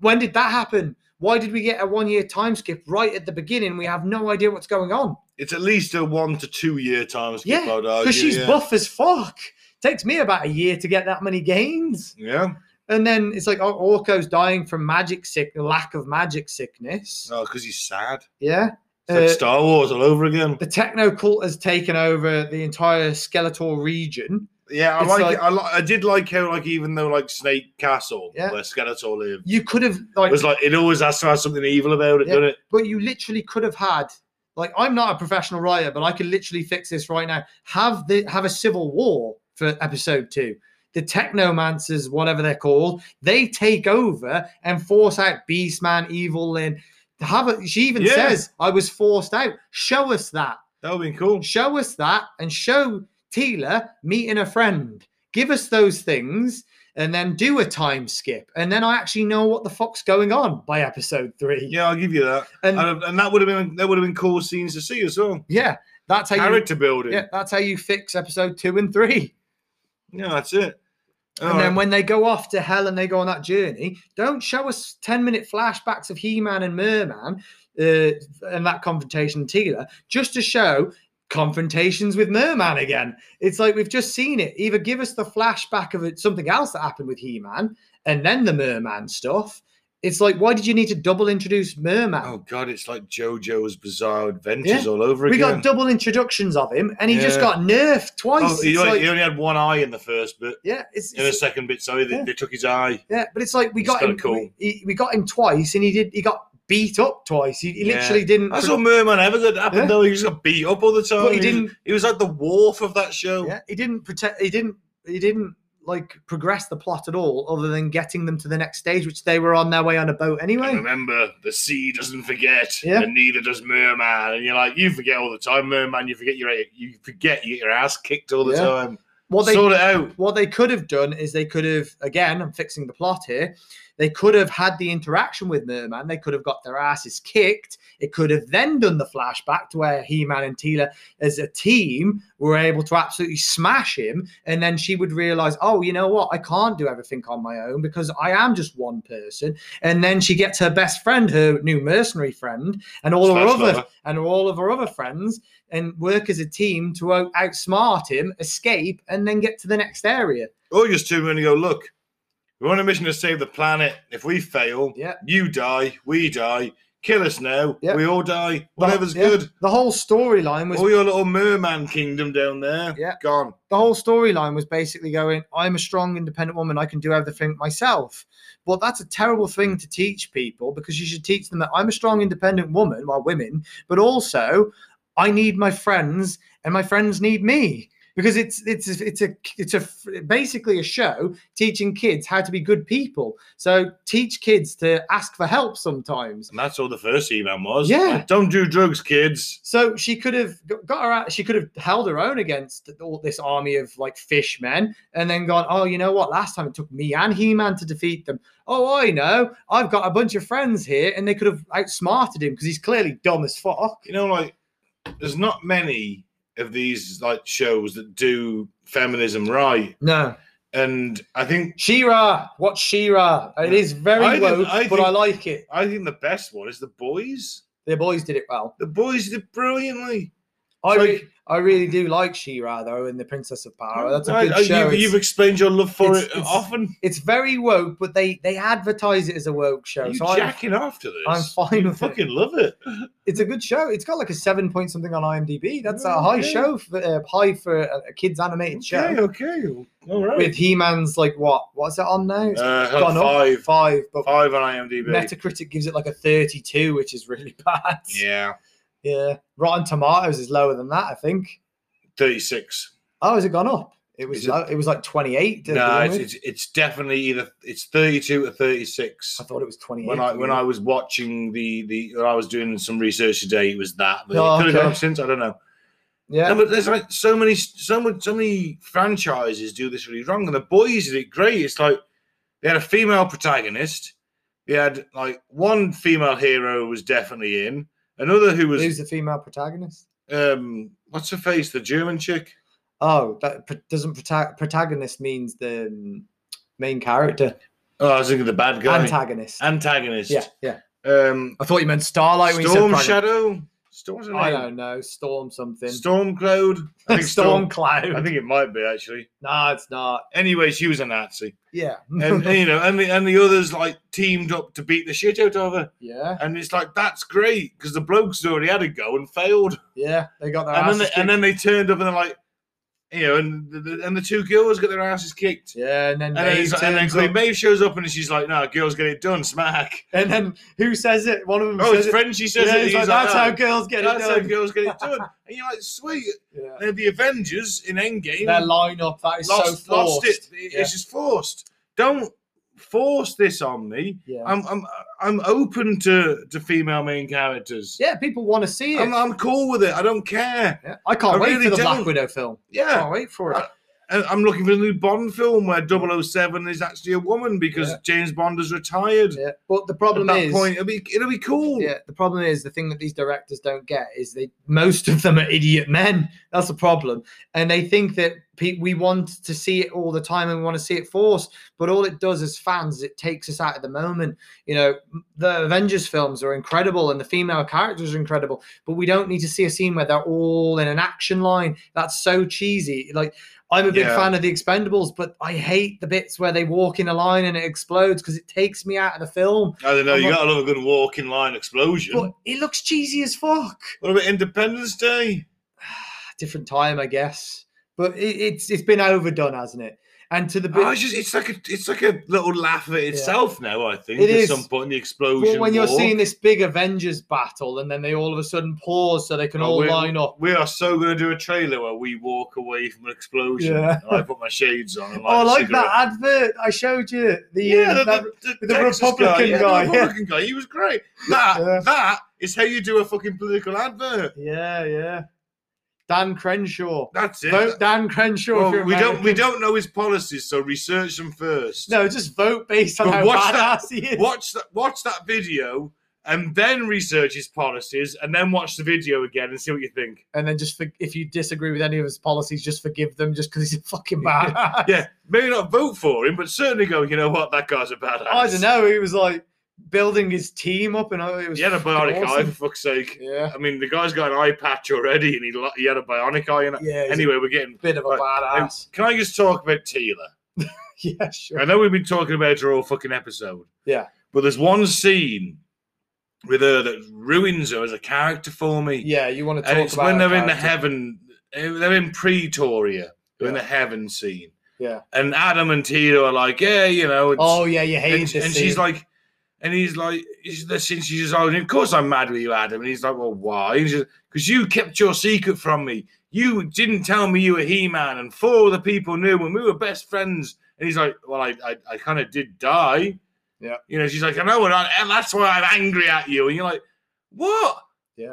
S2: when did that happen? Why did we get a one year time skip right at the beginning? We have no idea what's going on.
S1: It's at least a one to two year time skip.
S2: Yeah,
S1: I'd argue,
S2: Because she's
S1: yeah.
S2: buff as fuck. Takes me about a year to get that many gains.
S1: Yeah.
S2: And then it's like, oh, Orko's dying from magic sick, lack of magic sickness.
S1: Oh, because he's sad.
S2: Yeah.
S1: It's like
S2: Uh,
S1: Star Wars all over again.
S2: the techno cult has taken over the entire Skeletor region.
S1: Yeah, I
S2: It's
S1: like,
S2: like-
S1: it. I, li- I did like how, like, even though, like, Snake Castle,
S2: Yeah.
S1: where Skeletor lived,
S2: You could have like
S1: was like, it always has to have something evil about it,
S2: Yeah.
S1: doesn't it?
S2: but you literally could have had like I'm not a professional writer, but I could literally fix this right now. Have the have a civil war for episode two. The technomancers, whatever they're called, they take over and force out Beastman, Evil Lynn. Have a, she even
S1: Yeah.
S2: says, "I was forced out." Show us that.
S1: That would have been cool.
S2: Show us that, and show Tila meeting a friend. Give us those things, and then do a time skip, and then I actually know what the fuck's going on by episode three.
S1: Yeah, I'll give you that.
S2: and
S1: And, and that would have been that would have been cool scenes to see as well.
S2: Yeah, that's how
S1: Character
S2: you.
S1: building.
S2: Yeah, that's how you fix episode two and three.
S1: Yeah, that's it.
S2: and then when they go off to hell and they go on that journey, don't show us ten minute flashbacks of He Man and Merman uh, and that confrontation with Tila just to show confrontations with Merman again. It's like we've just seen it. Either give us the flashback of it, something else that happened with He Man and then the Merman stuff. It's like why did you need to double introduce Merman?
S1: oh god, it's like JoJo's Bizarre Adventures all over
S2: we
S1: again.
S2: got double introductions of him, and he just
S1: Yeah.
S2: got nerfed twice.
S1: Oh, he,
S2: It's
S1: only,
S2: like-
S1: he only had one eye in the first bit.
S2: yeah, it's,
S1: In the
S2: it's-
S1: second bit, sorry, they,
S2: Yeah.
S1: they took his eye.
S2: Yeah, but it's like we
S1: It's
S2: got
S1: kinda
S2: him.
S1: cool.
S2: He, we got him twice, and he did. He got beat up twice. He, he
S1: Yeah.
S2: literally didn't.
S1: That's what Merman ever did happened
S2: Yeah.
S1: though. He just got beat up all the time.
S2: But he
S1: was-
S2: didn't-
S1: He was like the wharf of that show.
S2: yeah, he didn't protect. He didn't. He didn't like progress the plot at all, other than getting them to the next stage, which they were on their way on a boat
S1: And
S2: anyway.
S1: remember, the sea doesn't forget,
S2: Yeah.
S1: and neither does Merman. And you're like, you forget all the time, Merman. You forget your you forget you get your ass kicked all the
S2: Yeah.
S1: time.
S2: what they
S1: sort it out.
S2: what they could have done is they could have again i'm fixing the plot here they could have had the interaction with merman they could have got their asses kicked it could have then done the flashback to where he-man and tila as a team were able to absolutely smash him and then she would realize oh you know what i can't do everything on my own because i am just one person and then she gets her best friend her new mercenary friend and all her
S1: Smash
S2: other
S1: lover.
S2: and all of her other friends and work as a team to out- outsmart him, escape, and then get to the next area.
S1: Or Oh, just two men and go, look, we're on a mission to save the planet. If we fail,
S2: Yeah.
S1: you die, we die, kill us now,
S2: Yeah.
S1: we all die, whatever's
S2: Yeah.
S1: good.
S2: The whole storyline was
S1: All your little merman kingdom down there,
S2: Yeah.
S1: gone.
S2: the whole storyline was basically going, I'm a strong, independent woman. I can do everything myself. Well, that's a terrible thing to teach people because you should teach them that I'm a strong, independent woman, well, women, but also I need my friends and my friends need me. Because it's it's it's a it's a basically a show teaching kids how to be good people. So teach kids to ask for help sometimes.
S1: And that's all the first email was.
S2: Yeah.
S1: Like, Don't do drugs, kids.
S2: So she could have g- got her out. She could have held her own against all this army of like fish men, and then gone. Oh, you know what? Last time it took me and He Man to defeat them. Oh, I know. I've got a bunch of friends here, and they could have outsmarted him because he's clearly dumb as fuck.
S1: You know, like, there's not many of these, like, shows that do feminism right.
S2: No,
S1: And I think.
S2: Shira. What's Shira? It is very
S1: I didn't-
S2: woke,
S1: I
S2: but
S1: think-
S2: I like it.
S1: I think the best one is the boys.
S2: The boys did it well.
S1: The boys did brilliantly.
S2: I
S1: It's
S2: re-
S1: like-
S2: I really do like Shira though, in the Princess of Power. Oh, That's a
S1: I-
S2: good
S1: I-
S2: show.
S1: oh, you've,
S2: It's-
S1: you've explained your love for
S2: it's-
S1: it
S2: it's-
S1: often.
S2: it's very woke, but they they advertise it as a woke show.
S1: Are you
S2: so I'm-
S1: jacking after this?
S2: I'm fine
S1: You
S2: with it.
S1: fucking love it.
S2: it's a good show. It's got like a seven point something on IMDb. That's a
S1: Oh,
S2: high
S1: okay.
S2: show, for, uh, high for a, a kids animated
S1: Okay,
S2: show.
S1: okay, all right.
S2: With He Man's like what? What's it on now? It's
S1: uh,
S2: gone up
S1: five,
S2: five, but
S1: five on IMDb.
S2: Metacritic gives it like a thirty-two, which is really bad.
S1: yeah,
S2: Yeah. Rotten Tomatoes is lower than that, I think.
S1: thirty-six.
S2: Oh, has it gone up? It was
S1: Is it-
S2: low, it was like twenty-eight. to
S1: No,
S2: begin
S1: it's,
S2: with.
S1: it's it's definitely either it's thirty-two or thirty-six.
S2: I thought it was twenty-eight.
S1: When I when I was watching the the when I was doing some research today, it was that. But
S2: Oh,
S1: it could have
S2: okay.
S1: gone up since. I don't know.
S2: yeah,
S1: No, but there's like so many so much so many franchises do this really wrong, and the boys did it great. It's like they had a female protagonist. They had like one female hero was definitely in. Another who was
S2: who's the female protagonist?
S1: um what's her face the german chick
S2: Oh, that pro- doesn't prota- protagonist means the um, main character
S1: oh i was thinking the bad guy
S2: antagonist.
S1: antagonist
S2: Yeah, yeah.
S1: um
S2: I thought you meant Starlight when
S1: storm
S2: you said
S1: shadow storm's her
S2: Prime- I
S1: name
S2: don't know, Storm something.
S1: storm cloud I think
S2: Storm
S1: storm,
S2: Cloud.
S1: i think it might be actually
S2: no, it's not.
S1: anyway she was a nazi
S2: Yeah.
S1: and you know and the, and the others like teamed up to beat the shit out of her
S2: yeah.
S1: and it's like that's great because the blokes had already had a go and failed
S2: Yeah. They got their
S1: and then
S2: asses
S1: they, and
S2: kicked.
S1: then they turned up and they're like you know and the- the, and the two girls got their asses kicked
S2: yeah, and then
S1: And then,
S2: Maeve
S1: he's like- and then
S2: turns
S1: Queen
S2: up.
S1: Maeve shows up and she's like, "No, girls get it done, smack."
S2: and then who says it? One of them
S1: Oh, it's
S2: says it.
S1: French. She says
S2: yeah,
S1: it. He's
S2: he's
S1: "Oh,
S2: like, that's how girls get
S1: "That's how
S2: it done.
S1: girls get it done." And you're like, "Sweet."
S2: Yeah.
S1: And the Avengers in Endgame
S2: Their lineup that is so
S1: lost,
S2: forced.
S1: lost it. It-
S2: Yeah.
S1: It's just forced. Don't force this on me.
S2: Yeah.
S1: I'm I'm I'm open to to female main characters.
S2: yeah, people want to see it.
S1: I'm, I'm cool with it. I don't care.
S2: Yeah, I can't
S1: I
S2: wait
S1: really
S2: for the Black
S1: don't.
S2: Widow film.
S1: Yeah.
S2: Can't wait for it.
S1: And I'm looking for the new Bond film where 007 is actually a woman because
S2: Yeah.
S1: James Bond is retired.
S2: Yeah. But the
S1: At
S2: problem
S1: that
S2: is,
S1: point, it'll be it'll be cool.
S2: Yeah, the problem is the thing that these directors don't get is they most of them are idiot men. That's the problem, and they think that pe- we want to see it all the time and we want to see it forced. But all it does as fans, is it takes us out of the moment. You know, m- the Avengers films are incredible and the female characters are incredible, but we don't need to see a scene where they're all in an action line. That's so cheesy. Like. I'm a big
S1: Yeah.
S2: fan of the Expendables, but I hate the bits where they walk in a line and it explodes because it takes me out of the film.
S1: I don't know.
S2: I'm
S1: You
S2: not-
S1: gotta love a good walking line explosion.
S2: But it looks cheesy as fuck.
S1: What about Independence Day?
S2: different time, I guess. But it, it's it's been overdone, hasn't it? And to the bit
S1: Oh, it's just it's like a it's like a little laugh at itself now. I think
S2: It
S1: at
S2: is.
S1: some point the
S2: well,
S1: explosion.
S2: when you're
S1: war.
S2: seeing this big Avengers battle, and then they all of a sudden pause so they can
S1: Oh,
S2: all
S1: we-
S2: line up.
S1: we are so gonna do a trailer where we walk away from an explosion.
S2: Yeah.
S1: And I put my shades on. And
S2: Oh,
S1: light
S2: I
S1: a
S2: like
S1: cigarette.
S2: that advert I showed you. The
S1: Yeah,
S2: uh,
S1: the,
S2: that-
S1: the,
S2: the
S1: Texas
S2: Republican
S1: yeah,
S2: guy, yeah.
S1: the Republican guy, he was great. That
S2: Yeah.
S1: that is how you do a fucking political advert.
S2: yeah, yeah. Dan Crenshaw.
S1: That's it.
S2: Vote Dan Crenshaw.
S1: Well,
S2: if you're
S1: we don't we
S2: American.
S1: don't know his policies, so research them first.
S2: No, just vote based on
S1: But
S2: how
S1: watch that-
S2: badass he is.
S1: Watch that watch that video and then research his policies and then watch the video again and see what you think.
S2: And then just for, if you disagree with any of his policies, just forgive them just because he's a fucking badass.
S1: Yeah, maybe not vote for him, but certainly go, you know what, that guy's a badass.
S2: I don't know. He was like building his team up, and I- it was
S1: He had a
S2: fucking
S1: bionic eye,
S2: awesome.
S1: for fuck's sake.
S2: Yeah,
S1: I mean, the guy's got an eye patch already and he, lo- he had a bionic eye. And
S2: yeah. He's
S1: anyway, we're getting.
S2: a bit of a
S1: Right,
S2: badass.
S1: Can I just talk about Teela?
S2: yeah, sure.
S1: I know we've been talking about her all fucking episode.
S2: Yeah.
S1: But there's one scene with her that ruins her as a character for me.
S2: Yeah, you want to talk
S1: and it's
S2: about
S1: when
S2: her
S1: they're in the
S2: character.
S1: heaven, they're in Pretoria, they're in
S2: Yeah.
S1: the heaven scene.
S2: Yeah.
S1: And Adam and Tito are like, yeah, you know. It's,
S2: Oh yeah, you hate
S1: and,
S2: this.
S1: and
S2: scene.
S1: she's like, and he's like, she's the scene, she's just, oh, and of course I'm mad with you, Adam. And he's like, well, why? Because you kept your secret from me. You didn't tell me you were He Man, and four other people knew, and we were best friends. And he's like, well, I, I, I kind of did die.
S2: Yeah.
S1: You know, she's like, I know, we're not, and that's why I'm angry at you. And you're like, what?
S2: Yeah.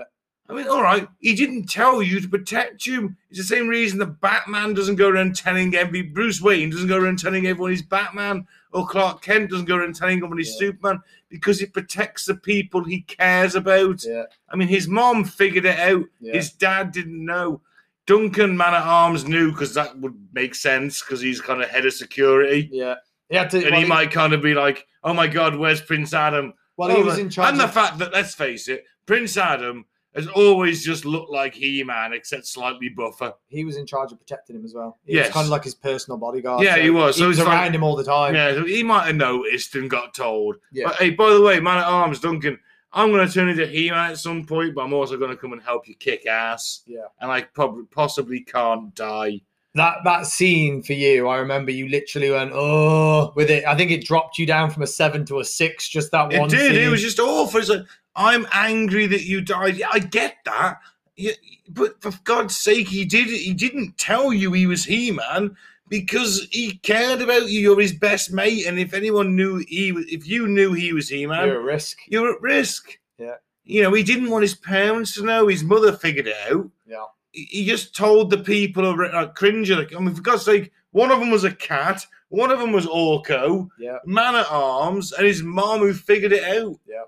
S1: I mean, all right, he didn't tell you to protect you. It's the same reason that Batman doesn't go around telling every Bruce Wayne doesn't go around telling everyone he's Batman or Clark Kent doesn't go around telling everyone he's
S2: Yeah.
S1: Superman because it protects the people he cares about.
S2: yeah,
S1: I mean, his mom figured it out.
S2: yeah.
S1: His dad didn't know. Duncan Man at Arms knew because that would make sense because he's kind of head of security,
S2: yeah. He had to,
S1: and
S2: well,
S1: he might kind of be like, "Oh my God, where's Prince Adam?"
S2: Well, he
S1: Oh,
S2: was
S1: right.
S2: in charge.
S1: And the
S2: of-
S1: fact that, let's face it, Prince Adam has always just looked like He Man, except slightly buffer.
S2: he was in charge of protecting him as well. He
S1: Yes.
S2: was kind of like his personal bodyguard.
S1: Yeah,
S2: so
S1: he was. So
S2: he was
S1: it's like-
S2: around him all the time.
S1: Yeah, so he might have noticed and got told.
S2: Yeah.
S1: But, hey, by the way, Man at Arms, Duncan, I'm going to turn into He Man at some point, but I'm also going to come and help you kick ass.
S2: Yeah.
S1: And I probably possibly can't die.
S2: That that scene for you, I remember you literally went oh with it. I think it dropped you down from a seven to a six. Just that
S1: it
S2: one.
S1: did. It
S2: scene.
S1: was just awful. It's like, I'm angry that you died. Yeah, I get that. Yeah, but for God's sake, he did. He didn't tell you he was He Man because he cared about you. You're his best mate, and if anyone knew he was, if you knew he was He Man,
S2: You're at risk.
S1: you're at risk.
S2: Yeah.
S1: You know, he didn't want his parents to know. His mother figured it out.
S2: Yeah.
S1: He he just told the people around, like, Cringer. Like, I mean, for God's sake, one of them was a cat, one of them was Orko,
S2: Yeah.
S1: man at arms, and his mom who figured it out.
S2: Yeah.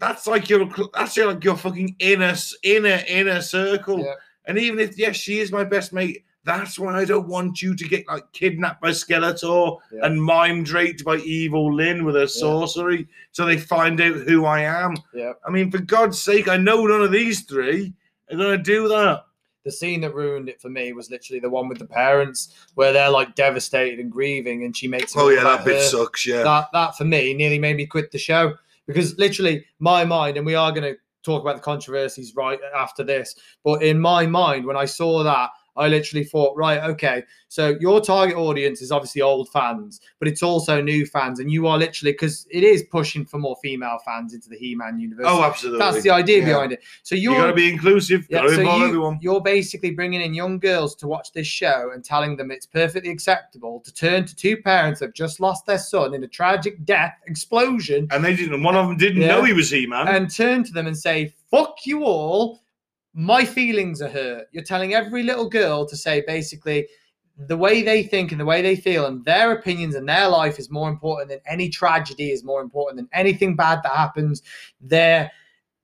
S1: That's like your cl- that's your, like your fucking inner s- inner inner circle.
S2: Yeah.
S1: And even if yes, she is my best mate, that's why I don't want you to get like kidnapped by Skeletor
S2: Yeah.
S1: and mime draped by evil Lynn with her sorcery, so they find out who I am.
S2: Yeah.
S1: I mean, for God's sake, I know none of these three are gonna do that.
S2: the scene that ruined it for me was literally the one with the parents where they're like devastated and grieving and she makes it
S1: Oh,
S2: all about her.
S1: sucks. Yeah.
S2: that that for me nearly made me quit the show because literally my mind and we are going to talk about the controversies right after this but in my mind when i saw that i literally thought right okay so your target audience is obviously old fans but it's also new fans and you are literally because it is pushing for more female fans into the he-man universe
S1: oh, absolutely.
S2: that's the idea
S1: Yeah.
S2: behind it so
S1: You
S2: you're
S1: gotta be inclusive.
S2: yeah,
S1: gotta
S2: so
S1: involve
S2: you,
S1: everyone.
S2: you're basically bringing in young girls to watch this show and telling them it's perfectly acceptable to turn to two parents that've just lost their son in a tragic death explosion
S1: And they didn't. One of them didn't
S2: Yeah.
S1: know he was He-Man.
S2: and turn to them and say, "Fuck you all, my feelings are hurt." You're telling every little girl to say basically the way they think and the way they feel and their opinions and their life is more important than any tragedy is more important than anything bad that happens. They're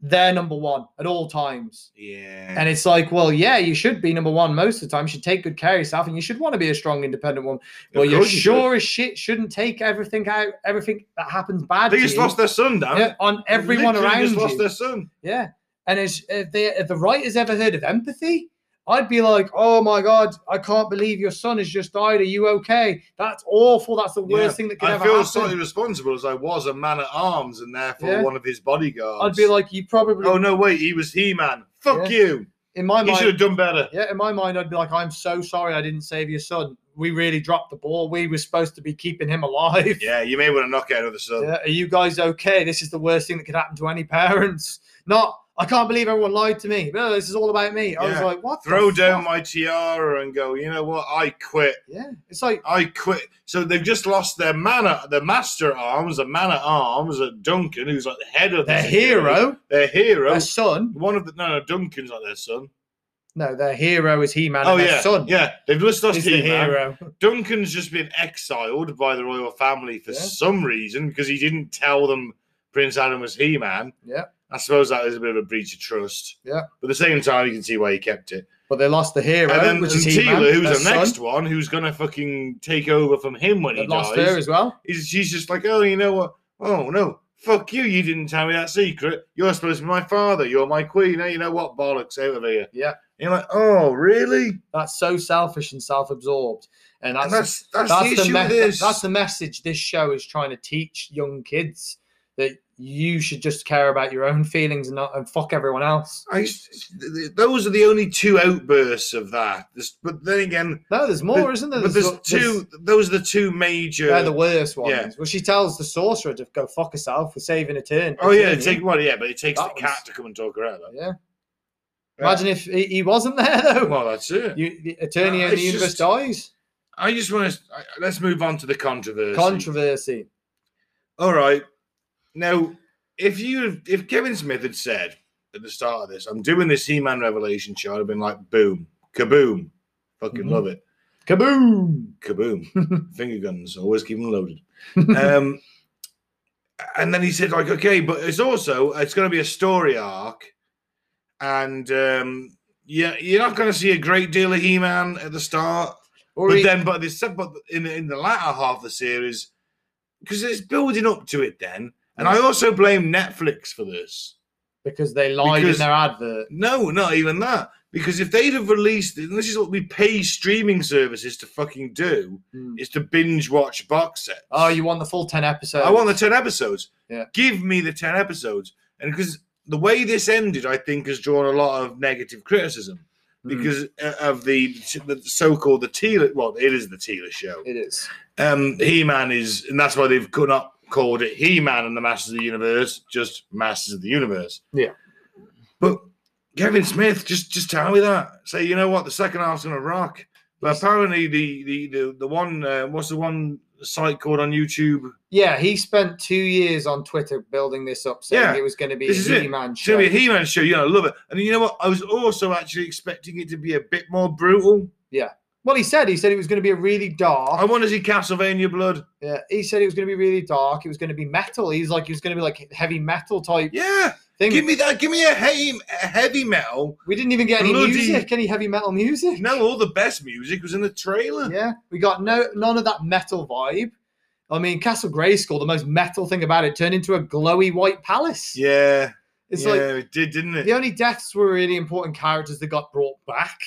S2: they're number one at all times.
S1: yeah.
S2: And it's like, well, yeah, you should be number one most of the time. You should take good care of yourself, and you should want to be a strong, independent woman.
S1: Of
S2: Well, you
S1: course you should.
S2: sure as shit shouldn't take everything out, everything that happens bad
S1: They
S2: to
S1: just
S2: you
S1: lost their son, Dan.
S2: yeah, on
S1: They
S2: everyone
S1: literally
S2: around
S1: just lost
S2: you.
S1: their son.
S2: Yeah, and it's, if they if the right has ever heard of empathy, I'd be like, oh my god, I can't believe your son has just died. Are you okay? That's awful. That's the
S1: Yeah,
S2: worst thing that could
S1: I
S2: ever
S1: feel
S2: happen.
S1: slightly responsible as I was a man at arms and therefore
S2: Yeah.
S1: one of his bodyguards.
S2: I'd be like, you probably
S1: oh no, wait, he was He-Man. Fuck
S2: Yeah.
S1: you.
S2: in my
S1: He
S2: mind
S1: should have done better.
S2: Yeah, in my mind, I'd be like, I'm so sorry I didn't save your son. We really dropped the ball. We were supposed to be keeping him alive.
S1: Yeah, you may want to knock out another son.
S2: Yeah, are you guys okay? This is the worst thing that could happen to any parents. Not, I can't believe everyone lied to me. No, this is all about me. I was
S1: Yeah.
S2: like, what? the
S1: Throw down
S2: fuck?
S1: my tiara and go. You know what? I quit.
S2: Yeah, it's like,
S1: I quit. So they've just lost their man, at, their master at arms, the man at arms, at Duncan, who's like the head of the
S2: their
S1: security.
S2: hero,
S1: Their hero.
S2: their son.
S1: One of the no, no, Duncan's like their son.
S2: No, their hero is He Man.
S1: Oh
S2: their
S1: yeah,
S2: son
S1: yeah. They've just lost
S2: is the
S1: hero.
S2: hero.
S1: Duncan's just been exiled by the royal family for
S2: Yeah.
S1: some reason because he didn't tell them Prince Adam was He Man.
S2: Yeah.
S1: I suppose that is a bit of a breach of trust.
S2: Yeah.
S1: But at the same time, you can see why he kept it.
S2: But they lost the hero,
S1: and then
S2: which is He Man.
S1: Tila, who's the next one, who's gonna fucking take over from him when
S2: They
S1: he
S2: lost
S1: dies.
S2: her as well.
S1: is she's just like, oh, you know what? Oh no, fuck you! You didn't tell me that secret. You're supposed to be my father. You're my queen. Hey, you know what? Bollocks out of here.
S2: Yeah.
S1: And you're like, oh, really?
S2: That's so selfish and self-absorbed, and that's
S1: and that's that's,
S2: that's,
S1: the issue
S2: me-
S1: with this.
S2: that's the message this show is trying to teach young kids that you should just care about your own feelings and not and fuck everyone else.
S1: I s- s- those are the only two outbursts of that. This- but then again,
S2: No, there's more, isn't there?
S1: but there's
S2: got-
S1: two. Those are the two major.
S2: They're the worst ones.
S1: Yeah.
S2: Well, she tells the sorcerer to go fuck herself for saving a turn.
S1: oh yeah,
S2: Turn,
S1: it take well, yeah, but it takes
S2: That
S1: the cat
S2: one's-
S1: to come and talk her out. though. Oh,
S2: yeah. Imagine if he, he wasn't there though.
S1: Well, that's it.
S2: You, the attorney
S1: No,
S2: in the
S1: it's
S2: universe
S1: just-
S2: dies.
S1: I just want to let's move on to the controversy.
S2: Controversy.
S1: All right. Now, if you if Kevin Smith had said at the start of this, I'm doing this He-Man Revelation show, I'd have been like, boom, kaboom. Fucking
S2: Mhm.
S1: love it.
S2: Kaboom.
S1: Kaboom. Finger guns, always keep them loaded. Um and then he said, like, okay, but it's also it's gonna be a story arc. And um yeah, you're not gonna see a great deal of He-Man at the start.
S2: Or
S1: but
S2: he-
S1: then, but this, but in in the latter half of the series, because it's building up to it. Then, and I also blame Netflix for this.
S2: because they lied
S1: because-
S2: in their advert.
S1: No, not even that. Because if they'd have released, and this is what we pay streaming services to fucking do,
S2: Mm.
S1: is to binge watch box sets.
S2: Oh, you want the full ten episodes?
S1: I want the ten episodes.
S2: Yeah.
S1: Give me the ten episodes, and because the way this ended, I think has drawn a lot of negative criticism
S2: Mm.
S1: because uh, of the, the so-called the Teela. Well, it is the Teela show.
S2: It is.
S1: Um, he Man is, and that's why they've cut up called it He Man and the Masters of the Universe, just Masters of the Universe.
S2: Yeah.
S1: But Kevin Smith, just just tell me that. Say, you know what, the second half's gonna rock. But
S2: Yes.
S1: apparently, the the the, the one uh, what's the one site called on YouTube?
S2: Yeah, he spent two years on Twitter building this up, saying
S1: Yeah,
S2: it was going to be
S1: this is
S2: a
S1: it.
S2: He-Man
S1: It's
S2: show.
S1: gonna be a He Man show. You're gonna love it. And you know what? I was also actually expecting it to be a bit more brutal.
S2: well, he said he said it was going to be a really
S1: I
S2: dark.
S1: want to see Castlevania Blood.
S2: Yeah, he said it was going to be really dark. It was going to be metal. He's like, it was going to be like heavy metal type
S1: Yeah,
S2: thing.
S1: give me that. Give me a, he- a heavy metal
S2: we didn't even get any
S1: bloody-
S2: music, any heavy metal music.
S1: No, all the best music was in the trailer.
S2: Yeah, we got no none of that metal vibe. I mean, Castle Grayskull, the most metal thing about it, turned into a glowy white palace.
S1: yeah,
S2: it's
S1: yeah,
S2: like
S1: it did, didn't it?
S2: the only deaths were really important characters that got brought back.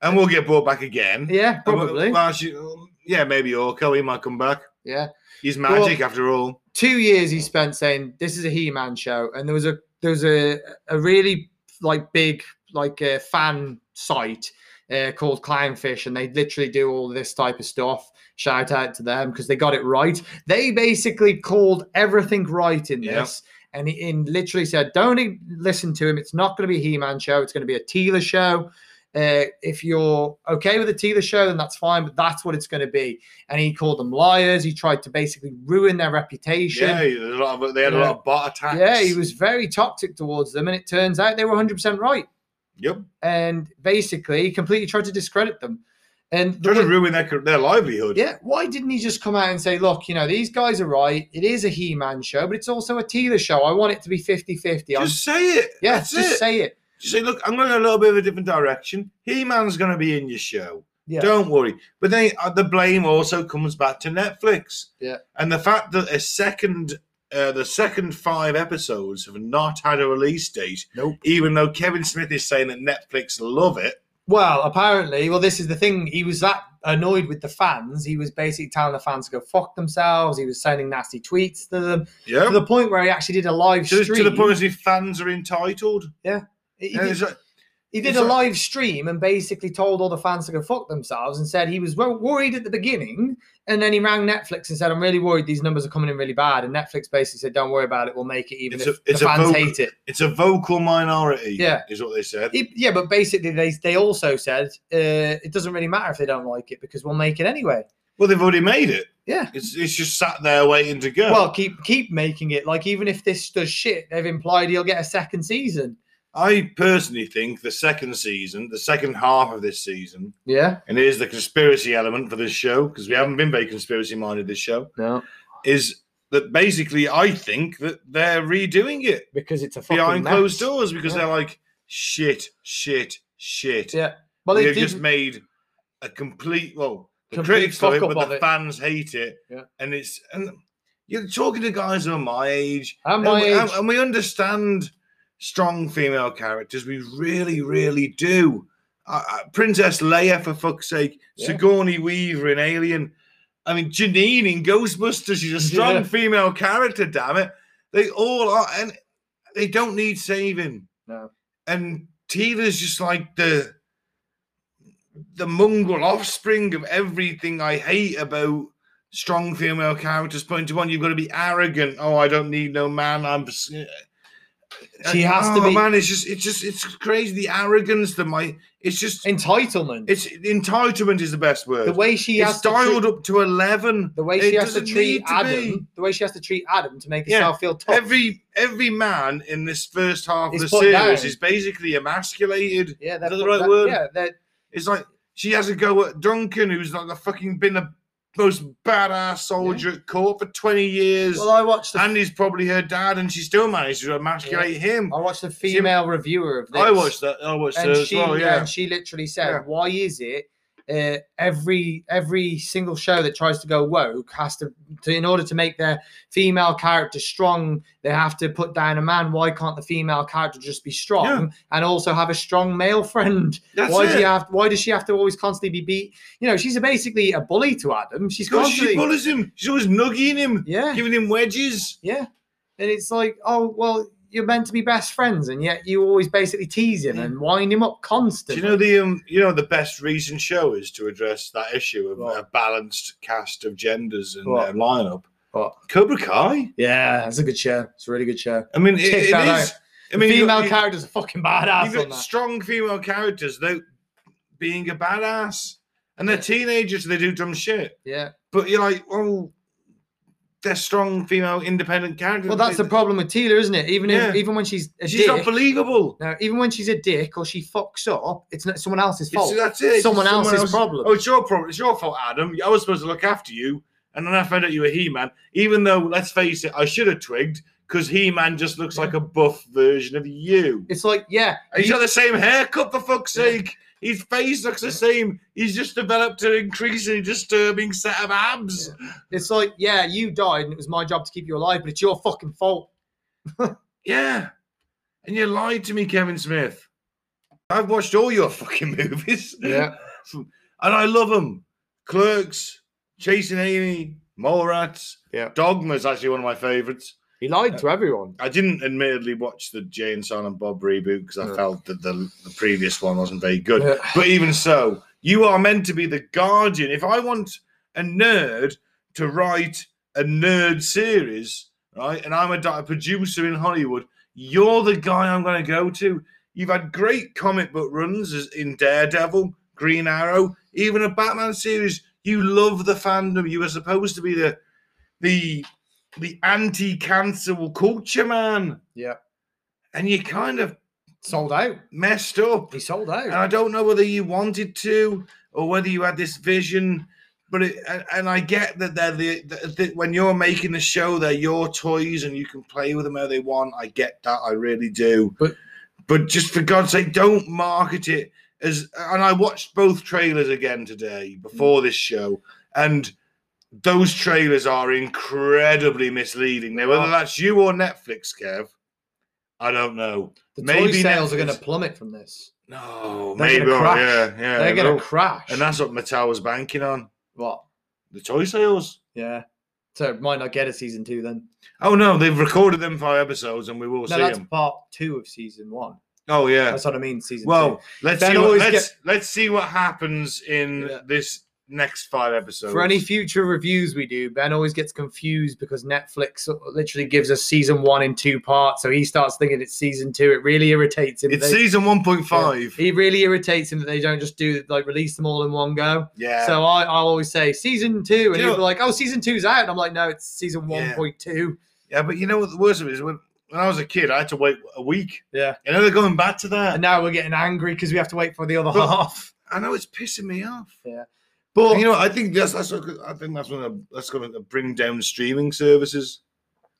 S1: And we'll get brought back again.
S2: Yeah,
S1: And
S2: probably.
S1: Well, well, she- um, yeah, maybe Orko. He might come back.
S2: Yeah.
S1: He's
S2: Well-
S1: magic after all.
S2: two years he spent saying this is a he-man show and there was a there was a a really like big like uh, fan site uh, called clownfish and they literally do all this type of stuff shout out to them because they got it right they basically called everything right in
S1: Yeah.
S2: this and he in literally said don't e- listen to him it's not going to be a he-man show it's going to be a Teela show uh, if you're okay with the Teela show, then that's fine, but that's what it's going to be. And he called them liars. He tried to basically ruin their reputation.
S1: Yeah, there's a lot of, they had a
S2: Yeah.
S1: lot of bot attacks.
S2: Yeah, he was very toxic towards them, and it turns out they were 100% right.
S1: Yep.
S2: And basically, he completely tried to discredit them. And the
S1: Trying to
S2: way-
S1: ruin their car- their livelihood.
S2: yeah, why didn't he just come out and say, look, you know, these guys are right. It is a He Man show, but it's also a Teela show. I want it to be 50 50.
S1: Just say it.
S2: Yeah,
S1: That's
S2: just
S1: it.
S2: say it.
S1: Just say, look, I'm going a little bit of a different direction. He Man's going to be in your show.
S2: Yeah.
S1: Don't worry. But then uh, the blame also comes back to Netflix.
S2: Yeah.
S1: And the fact that a second, uh, the second five episodes have not had a release date,
S2: Nope.
S1: even though Kevin Smith is saying that Netflix love it.
S2: Well, apparently, well, this is the thing. He was that annoyed with the fans. He was basically telling the fans to go fuck themselves. He was sending nasty tweets to them to
S1: Yeah.
S2: the point where he actually did a live
S1: To,
S2: stream.
S1: to the point where fans are entitled.
S2: He
S1: And
S2: did-
S1: it's like,
S2: He did
S1: It's
S2: a
S1: like-
S2: live stream and basically told all the fans to go fuck themselves and said he was well worried at the beginning. And then he rang Netflix and said, I'm really worried these numbers are coming in really bad. And Netflix basically said, Don't worry about it. We'll make it even
S1: It's
S2: if
S1: a- it's
S2: the
S1: a
S2: fans
S1: vocal-
S2: hate it.
S1: it's a vocal minority.
S2: Yeah.
S1: Is what they said.
S2: He- yeah, but basically, they, they also said, uh, It doesn't really matter if they don't like it because we'll make it anyway.
S1: Well, they've already made it.
S2: Yeah.
S1: It's, it's just sat there waiting to go.
S2: Well, keep keep making it. Like, even if this does shit, they've implied he'll get a second season.
S1: I personally think the second season, the second half of this season,
S2: Yeah.
S1: and here's the conspiracy element for this show because we haven't been very conspiracy minded this show,
S2: No.
S1: is that basically I think that they're redoing it
S2: Because it's a fucking
S1: behind
S2: mess.
S1: closed doors because
S2: Yeah.
S1: they're like shit, shit, shit.
S2: Yeah. Well,
S1: they've
S2: they did,
S1: just made a complete well. The
S2: Complete
S1: critics love it,
S2: fuck-up
S1: but
S2: of
S1: the
S2: it.
S1: fans hate it.
S2: Yeah.
S1: And it's and you're talking to guys who are my age,
S2: and
S1: and
S2: my
S1: we, Oh, and-
S2: age,
S1: and we understand strong female characters. We really, really do. Uh, uh, Princess Leia, for fuck's sake,
S2: Yeah.
S1: Sigourney Weaver in Alien. I mean, Janine in Ghostbusters. She's a strong
S2: Yeah.
S1: female character. Damn it, they all are, and they don't need saving.
S2: No.
S1: And Tila's just like the the mongrel offspring of everything I hate about strong female characters. Point to one, you've got to be arrogant. Oh, I don't need no man. I'm. s- uh,
S2: She has to
S1: Oh,
S2: be-
S1: Man, it's just, it's just, it's crazy. The arrogance that my, it's just,
S2: entitlement.
S1: it's entitlement is the best word.
S2: the way she
S1: it's
S2: has to treat-
S1: dialed up to eleven.
S2: the way
S1: It
S2: she has to
S1: doesn't
S2: treat
S1: need to
S2: Adam,
S1: be.
S2: the way she has to treat Adam to make
S1: Yeah.
S2: herself feel tough.
S1: Every every man in this first half of
S2: Oh. It's
S1: the
S2: put
S1: series
S2: down.
S1: is basically emasculated.
S2: yeah, that's
S1: that the right word?
S2: Yeah, that
S1: It's like she has a go at Duncan, who's like the fucking been the most badass soldier at court for twenty years.
S2: well, I watched the,
S1: and he's probably her dad, and she still managed to emasculate him.
S2: I watched the female reviewer of this.
S1: I watched that. I watched
S2: Oh, and
S1: her as
S2: she
S1: well. Yeah,
S2: and she literally said,
S1: Yeah.
S2: "Why is it uh, every every single show that tries to go woke has to, to in order to make their female character strong, they have to put down a man. Why can't the female character just be strong and also have a strong male friend?
S1: that's
S2: why
S1: it.
S2: do you have? Why does she have to always constantly be beat? You know, she's basically a bully to Adam. She's
S1: Because
S2: constantly
S1: she bullies him. She's always nugging him,
S2: yeah,
S1: giving him wedges.
S2: yeah, and it's like, oh well." You're meant to be best friends, and yet you always basically tease him
S1: Yeah.
S2: and wind him up
S1: Do
S2: constantly.
S1: you know the um, you know the best recent show is to address that issue of
S2: What?
S1: a balanced cast of genders in
S2: What?
S1: their lineup.
S2: What?
S1: Cobra Kai.
S2: Yeah, that's a good show. It's a really good show.
S1: I mean, it,
S2: Check
S1: it
S2: that
S1: is. I
S2: The
S1: mean, you-
S2: female
S1: you-
S2: characters are fucking badass
S1: you've
S2: on
S1: got
S2: that.
S1: strong female characters though being a badass, and they're teenagers. They do dumb shit.
S2: Yeah.
S1: But you're like, well, they're strong female independent characters.
S2: Well, that's the
S1: They-
S2: problem with Tila, isn't it? Even
S1: Yeah.
S2: if even when she's a
S1: She's not
S2: dick,
S1: believable.
S2: no, even when she's a dick or she fucks up, it's not someone else's
S1: It's-
S2: fault.
S1: that's it. It's
S2: someone, else's
S1: else-
S2: problem.
S1: Oh, it's your problem. It's your fault, Adam. I was supposed to look after you, and then I found out you were He-Man. Even though, let's face it, I should have twigged because He-Man just looks like a buff version of you.
S2: It's like, yeah,
S1: And he's
S2: you-
S1: got the same haircut for fuck's
S2: Yeah.
S1: sake. His face looks the same. He's just developed an increasingly disturbing set of abs.
S2: it's like, yeah, you died and it was my job to keep you alive, but it's your fucking fault.
S1: Yeah. And you lied to me, Kevin Smith. I've watched all your fucking movies. And I love them. Clerks, Chasing Amy, Mole Rats.
S2: Yeah.
S1: Dogma's actually one of my favorites.
S2: He lied to everyone.
S1: I didn't admittedly watch the Jay and Silent Bob reboot because I
S2: Yeah.
S1: felt that the, the previous one wasn't very good.
S2: Yeah.
S1: But even so, you are meant to be the guardian. If I want a nerd to write a nerd series, right, and I'm a, di- producer in Hollywood, you're the guy I'm going to go to. You've had great comic book runs as in Daredevil, Green Arrow, even a Batman series. You love the fandom. You were supposed to be the the the anti-cancer culture man,
S2: Yeah.
S1: and you kind of
S2: Sold out.
S1: messed up.
S2: He sold
S1: And
S2: out.
S1: I don't know whether you wanted to or whether you had this vision. But it, and, and I get that they're the, the, the when you're making the show, they're your toys and you can play with them how they want. I get that, I really do.
S2: But-
S1: but just for God's sake, don't market it as. And I watched both trailers again today before this show, and those trailers are incredibly misleading. Now, whether
S2: are.
S1: that's you or Netflix, Kev, I don't know.
S2: The toy
S1: maybe
S2: sales are
S1: Netflix-
S2: going to plummet from this.
S1: No,
S2: They're gonna
S1: maybe. oh,
S2: crash.
S1: Yeah, yeah.
S2: They're
S1: they
S2: going
S1: will.
S2: to crash.
S1: And that's what Mattel was banking on
S2: what?
S1: the toy sales.
S2: Yeah. So it might not get a season two then.
S1: Oh no, they've recorded them five episodes, and we will
S2: No,
S1: see
S2: that's
S1: them.
S2: part two of season one.
S1: Oh yeah.
S2: That's what I mean. Season
S1: Well, let's
S2: Then
S1: see. What,
S2: always
S1: let's let's see what happens in
S2: Yeah.
S1: this next five
S2: two.
S1: episodes.
S2: For any future reviews we do, Ben always gets confused because Netflix literally gives us season one in two parts. So he starts thinking it's season two. It really irritates him. that
S1: it's
S2: they-
S1: season one point five.
S2: he really irritates him that they don't just do like release them all in one go.
S1: Yeah.
S2: So I, I always say season two, and
S1: Do you
S2: he'll
S1: know-
S2: be like, "Oh, season two's out." And I'm like, "No, it's season
S1: Yeah.
S2: one point two.
S1: yeah, but you know what the worst of it is when when I was a kid, I had to wait a week.
S2: Yeah.
S1: And now they're going back to that.
S2: And now we're getting angry because we have to wait for the other
S1: But-
S2: half.
S1: I know it's pissing me off.
S2: But
S1: you know, I think that's that's what- I think that's going to that's going to bring down streaming services.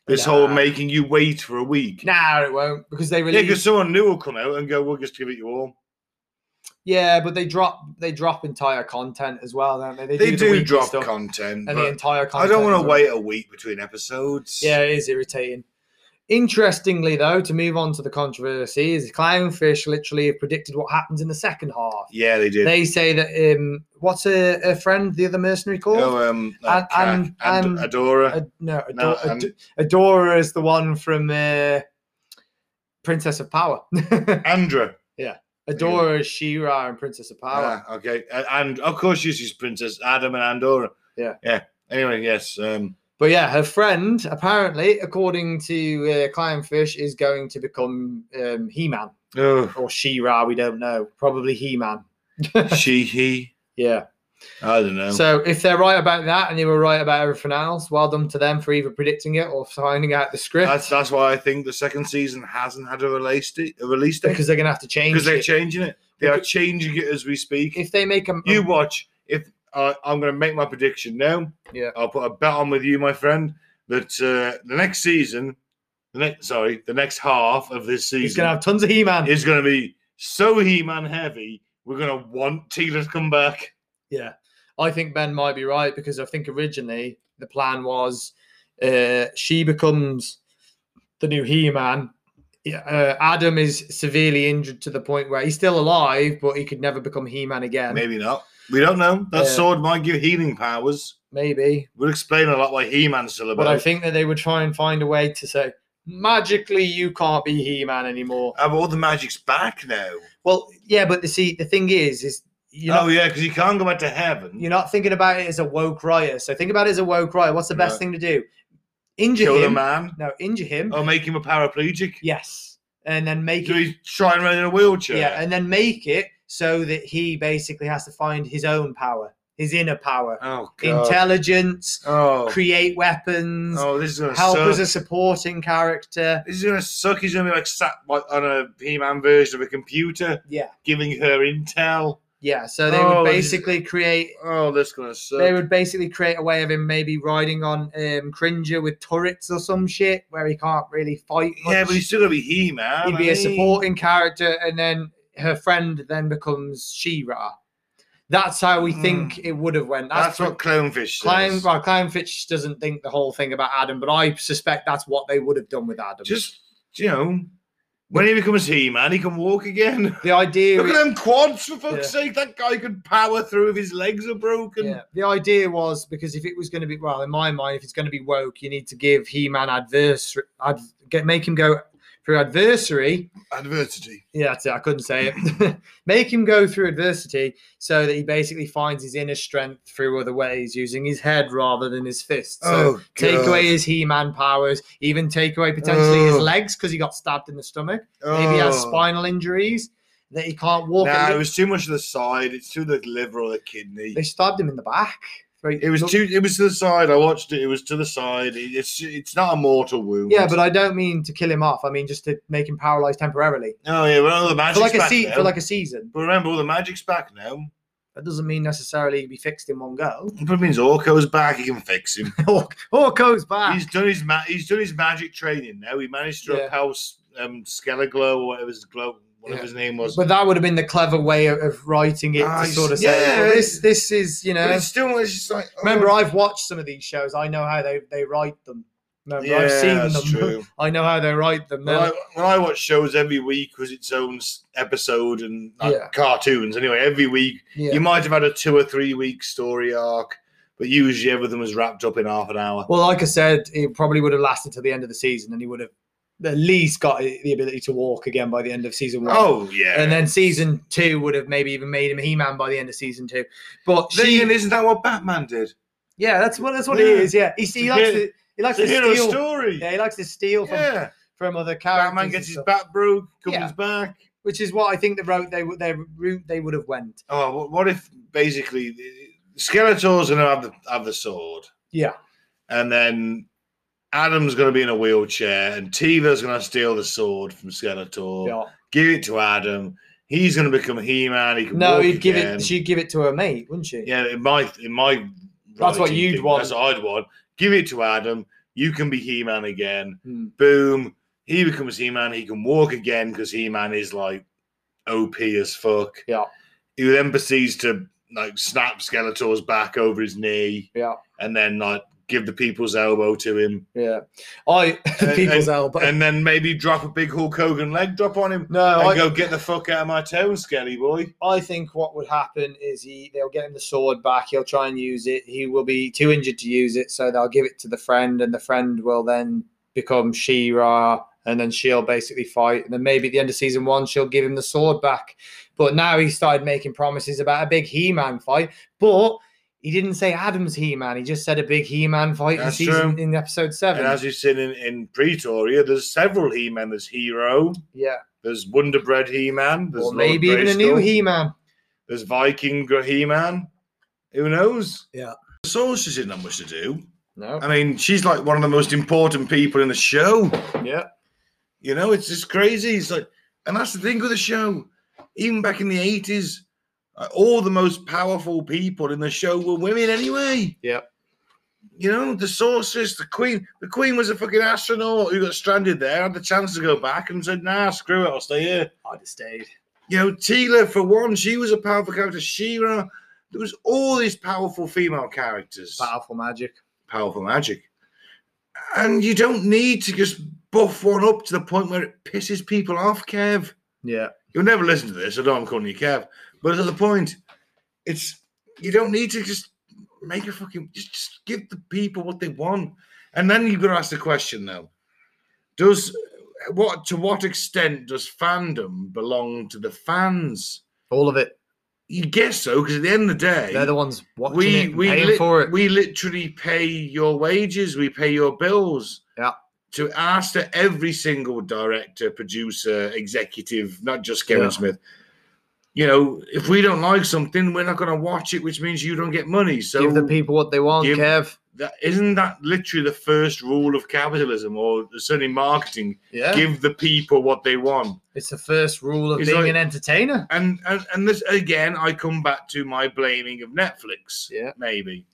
S1: This
S2: Nah.
S1: whole making you wait for a week.
S2: nah, it won't because they
S1: Yeah,
S2: release.
S1: because someone new will come out and go, "We'll just give it you all."
S2: Yeah, but they drop they drop entire content as well, don't
S1: They,
S2: they? the
S1: do
S2: weekly
S1: drop
S2: stuff
S1: content,
S2: and
S1: but
S2: the entire
S1: I
S2: content.
S1: don't want
S2: as
S1: to
S2: well.
S1: wait a week between episodes.
S2: Yeah, it is irritating. Interestingly, though, to move on to the controversy, is Clownfish literally have predicted what happens in the second half.
S1: yeah, they did.
S2: They say that um, what's a, a friend, the other mercenary called?
S1: oh, um,
S2: And-
S1: uh, Krak
S2: and-
S1: and,
S2: and-
S1: Adora.
S2: Ad- no, Adora,
S1: uh, No, um,
S2: Ad- Adora is the one from uh, Princess of Power.
S1: Andra.
S2: Adora is She-Ra and Princess of Power.
S1: Ah, okay. A- And of course, she's his princess, Adam and Andorra.
S2: Yeah.
S1: Yeah. Anyway, yes. Um,
S2: But yeah, her friend, apparently, according to uh, Clownfish, is going to become um, He-Man
S1: oh,
S2: or She-Ra. We don't know. Probably He-Man.
S1: she, he.
S2: Yeah.
S1: I don't know.
S2: So if they're right about that and they were right about everything else, well done to them for either predicting it or finding out the script
S1: that's that's why I think the second season hasn't had a release date, a release date
S2: because they're gonna have to change.
S1: because they're
S2: it.
S1: changing it. They are
S2: Because-
S1: changing it as we speak.
S2: if they make them,
S1: you watch. If I I'm going to make my prediction now,
S2: Yeah.
S1: I'll put a bet on with you, my friend, that uh, the next season, the next sorry, the next half of this
S2: he's
S1: season
S2: gonna have tons of He-Man.
S1: is going to be so He-Man heavy. We're going to want Tina to come back.
S2: Yeah, I think Ben might be right because I think originally the plan was uh, she becomes the new He-Man. Yeah, Uh, Adam is severely injured to the point where he's still alive, but he could never become He-Man again. Maybe.
S1: Maybe not. We don't know. That
S2: Yeah.
S1: sword might give healing powers. Would explain a lot why He-Man's still
S2: But I
S1: about.
S2: think that they would try and find a way to say magically you can't be He-Man anymore.
S1: Ah, but all the magic's back now.
S2: Well, yeah, but the see the thing is, is you're
S1: oh
S2: not
S1: yeah, because you can't go back to heaven.
S2: you're not thinking about it as a woke writer. So think about it as a woke writer. What's the best
S1: Right.
S2: thing to do? Injure
S1: Kill the
S2: him.
S1: man Oh,
S2: No, injure him.
S1: or make him a paraplegic.
S2: Yes, and then make
S1: Do
S2: it.
S1: he try and run in a wheelchair?
S2: Yeah, and then make it so that he basically has to find his own power, his inner power,
S1: Oh god.
S2: intelligence,
S1: oh.
S2: create weapons,
S1: Oh, this is gonna
S2: help
S1: suck.
S2: as a supporting character.
S1: this is gonna suck. He's gonna be like sat like, on a He-Man version of a computer,
S2: Yeah,
S1: giving her intel.
S2: yeah. So they
S1: Oh,
S2: would
S1: this is-
S2: basically create.
S1: Oh, this is gonna suck.
S2: They would basically create a way of him maybe riding on um, Cringer with turrets or some shit where he can't really fight. Much.
S1: yeah, but he's still gonna be He-Man.
S2: he'd be a
S1: eh?
S2: supporting character, and then her friend then becomes She-Ra. That's how we think it would have went.
S1: Hmm. That's,
S2: what
S1: what Clownfish
S2: Klein,
S1: says.
S2: well, Kleinfitch doesn't think the whole thing about Adam, but I suspect that's what they would have done with Adam.
S1: Just you know, when he becomes He-Man, he can walk again.
S2: the idea,
S1: Look at them quads, for fuck's
S2: Yeah.
S1: sake. That guy could power through if his legs are broken.
S2: yeah, the idea was because if it was going to be, well, in my mind, if it's going to be woke, you need to give He-Man adversary, ad, get make him go through adversary.
S1: Adversity.
S2: Yeah, that's it. I couldn't say it. make him go through adversity so that he basically finds his inner strength through other ways, using his head rather than his fists. So
S1: oh,
S2: take
S1: God.
S2: away his He-Man powers, even take away potentially his
S1: Ugh.
S2: legs because he got stabbed in the stomach. Maybe he has
S1: Oh.
S2: spinal injuries that he can't walk.
S1: Nah, it
S2: It look-
S1: was too much of the side. It's too the liver or the kidney.
S2: They stabbed him in the back. Right,
S1: It was
S2: look-
S1: too. It was to the side. I watched it. It was to the side. It- It's it's not a mortal wound.
S2: Yeah, but I don't mean to kill him off. I mean just to make him paralyzed temporarily
S1: oh yeah, well all the magic's
S2: for like a
S1: back
S2: se-
S1: now.
S2: for like a season.
S1: but remember, all the magic's back now.
S2: That doesn't mean necessarily be fixed in one go.
S1: But it means Orko's back. He can fix him.
S2: Orko's back.
S1: he's done his ma- he's done his magic training now. He managed to
S2: Yeah.
S1: repel S- um, Skeleglow or whatever his glow, whatever
S2: Yeah.
S1: his name was.
S2: But that would have been the clever way of, of writing it
S1: Ah,
S2: to sort of say,
S1: yeah,
S2: well, this this is you
S1: But
S2: know.
S1: it's still it's just like oh,
S2: Remember, I've watched some of these shows. I know how they they write them. Remember,
S1: yeah,
S2: I've seen
S1: that's
S2: them.
S1: true.
S2: I know how they write them.
S1: When
S2: They're-
S1: I, when I watch shows every week was its own s- episode and like,
S2: Yeah.
S1: cartoons. Anyway, every week
S2: yeah.
S1: you might have had a two or three week story arc, but usually everything was wrapped up in half an hour.
S2: Well, like I said, it probably would have lasted till the end of the season, and he would have at least got the ability to walk again by the end of season one.
S1: oh yeah,
S2: And then season two would have maybe even made him He-Man by the end of season two. But
S1: Then
S2: she,
S1: again, isn't that what Batman did?
S2: yeah, that's what that's what it
S1: Yeah.
S2: is. Yeah, he, he
S1: a
S2: likes
S1: hero-
S2: to he likes
S1: It's a
S2: to
S1: hero
S2: steal.
S1: story.
S2: Yeah, he likes to steal from,
S1: Yeah.
S2: from other characters,
S1: Batman
S2: and
S1: gets his
S2: stuff,
S1: bat broke, comes
S2: Yeah.
S1: back.
S2: which is what I think the route they would their route they would have went.
S1: Oh, wha- what if basically Skeletor's gonna have the have the sword,
S2: Yeah,
S1: and then Adam's going to be in a wheelchair, and Tiva's going to steal the sword from Skeletor.
S2: Yeah.
S1: Give it to Adam. He's going to become He-Man. He can
S2: No,
S1: walk
S2: he'd give
S1: again.
S2: it. She'd give it to her mate, wouldn't she?
S1: Yeah, in my in my.
S2: That's what
S1: reality,
S2: you'd
S1: think
S2: want.
S1: That's what I'd want. Give it to Adam. You can be He-Man again.
S2: Hmm.
S1: Boom. He becomes He-Man. He can walk again because He-Man is like OP as fuck.
S2: Yeah.
S1: He then proceeds to like snap Skeletor's back over his knee
S2: Yeah.
S1: and then like give the people's elbow to him.
S2: Yeah. I
S1: And-
S2: people's elbow.
S1: And then maybe drop a big Hulk Hogan leg drop on him.
S2: no,
S1: And
S2: I,
S1: go get the fuck out of my town, Skelly boy.
S2: I think what would happen is he they'll get him the sword back. He'll try and use it. He will be too injured to use it, so they'll give it to the friend, and the friend will then become She-Ra, and then she'll basically fight. And then maybe at the end of season one, she'll give him the sword back. But now he started making promises about a big He-Man fight, but. He didn't say Adam's He-Man. He just said a big He-Man fight in
S1: That's
S2: season
S1: true.
S2: in episode
S1: And
S2: seven.
S1: as you've seen in, in Pretoria, there's several He-Men. There's Hero,
S2: yeah,
S1: there's Wonder Bread He-Man, there's
S2: or
S1: Lord
S2: maybe even a new
S1: Grayskull,
S2: He-Man.
S1: There's Viking Gr- He-Man. Who knows?
S2: Yeah.
S1: Sorceress didn't have much to do.
S2: No.
S1: I mean, she's like one of the most important people in the show.
S2: Yeah.
S1: You know, it's just crazy. It's like, and that's the thing with the show. Even back in the eighties, all the most powerful people in the show were women anyway.
S2: Yep.
S1: You know, the sorceress, the queen. The queen was a fucking astronaut who got stranded there, had the chance to go back, and said, "Nah, screw it, I'll stay here."
S2: I'd have stayed.
S1: You know, Tila for one, she was a powerful character. Shira. There was all these powerful female characters
S2: Powerful magic.
S1: powerful magic. And you don't need to just buff one up to the point where it pisses people off, Kev.
S2: Yeah.
S1: You'll never listen to this. I know I'm calling you Kev. But at the point, it's you don't need to just make a fucking just, just give the people what they want. And then you've got to ask the question though. Does what to what extent does fandom belong to the fans?
S2: All of it.
S1: You guess so, because at the end of the day,
S2: They're the ones watching it,
S1: we
S2: and
S1: we
S2: paying
S1: lit-
S2: for it.
S1: we literally pay your wages, we pay your bills.
S2: Yeah.
S1: To ask to every single director, producer, executive, not just Kevin
S2: Yeah.
S1: Smith. You know, if we don't like something, we're not going to watch it, which means you don't get money. So
S2: give the people what they want,
S1: give-
S2: Kev.
S1: that, isn't that literally the first rule of capitalism, or certainly marketing?
S2: Yeah,
S1: Give the people what they want.
S2: it's the first rule of
S1: It's
S2: being
S1: like-
S2: an entertainer.
S1: and and, and this again i come back to my blaming of netflix
S2: Yeah.
S1: maybe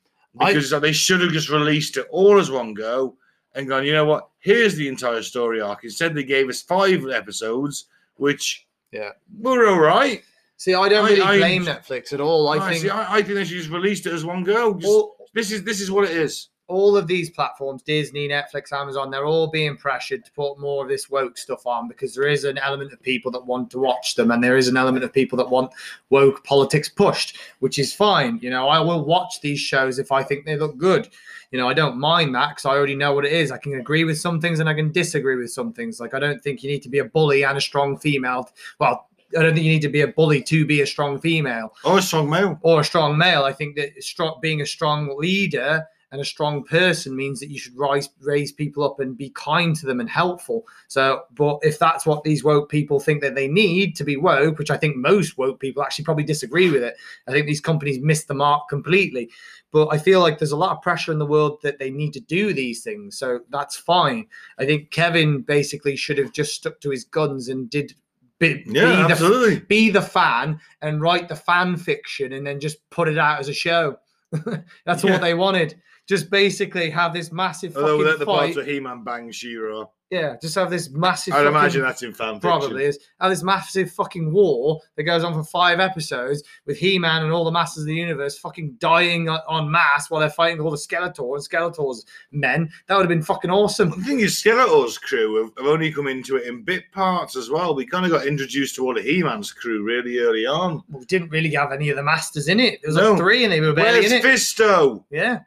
S2: I-
S1: because they should have just released it all as one go and gone you know what here's the entire story arc instead they gave us five episodes which
S2: Yeah.
S1: we're all right
S2: See, I don't
S1: I-
S2: really
S1: I-
S2: blame Netflix at all. I
S1: I,
S2: think
S1: see, I, I think they should just released it as one go Just-
S2: all,
S1: this is this is what it is
S2: all of these platforms, Disney, Netflix, Amazon, they're all being pressured to put more of this woke stuff on because there is an element of people that want to watch them and there is an element of people that want woke politics pushed, which is fine. You know, I will watch these shows if I think they look good. You know, I don't mind that because I already know what it is. I can agree with some things and I can disagree with some things. Like, I don't think you need to be a bully and a strong female. Well, I don't think you need to be a bully to be a strong female
S1: oh strong male
S2: or a strong male. I think that stro- being a strong leader and a strong person means that you should rise, raise people up and be kind to them and helpful. So, but if that's what these woke people think that they need to be woke, which I think most woke people actually probably disagree with it, I think these companies miss the mark completely. But I feel like there's a lot of pressure in the world that they need to do these things. So that's fine. I think Kevin basically should have just stuck to his guns and did. Be, be
S1: yeah
S2: the
S1: absolutely
S2: be the fan and write the fan fiction and then just put it out as a show. That's
S1: Yeah.
S2: what they wanted. Just basically have this massive
S1: although
S2: fucking
S1: without the
S2: fight.
S1: parts where he-man bangs shira
S2: yeah, just have this massive.
S1: i'd
S2: fucking-
S1: imagine that's in fan fiction
S2: probably is have this massive fucking war that goes on for five episodes with He-Man and all the masters of the universe fucking dying on- en masse while they're fighting all the Skeletor and Skeletor's men. That would have been fucking awesome.
S1: The thing is, Skeletor's crew have, have only come into it in bit parts as well. We kind of got introduced to all of He-Man's crew really early on.
S2: We didn't really have any of the masters in it. There was
S1: No.
S2: like three and they were barely
S1: Where's
S2: in it.
S1: Fisto?
S2: yeah.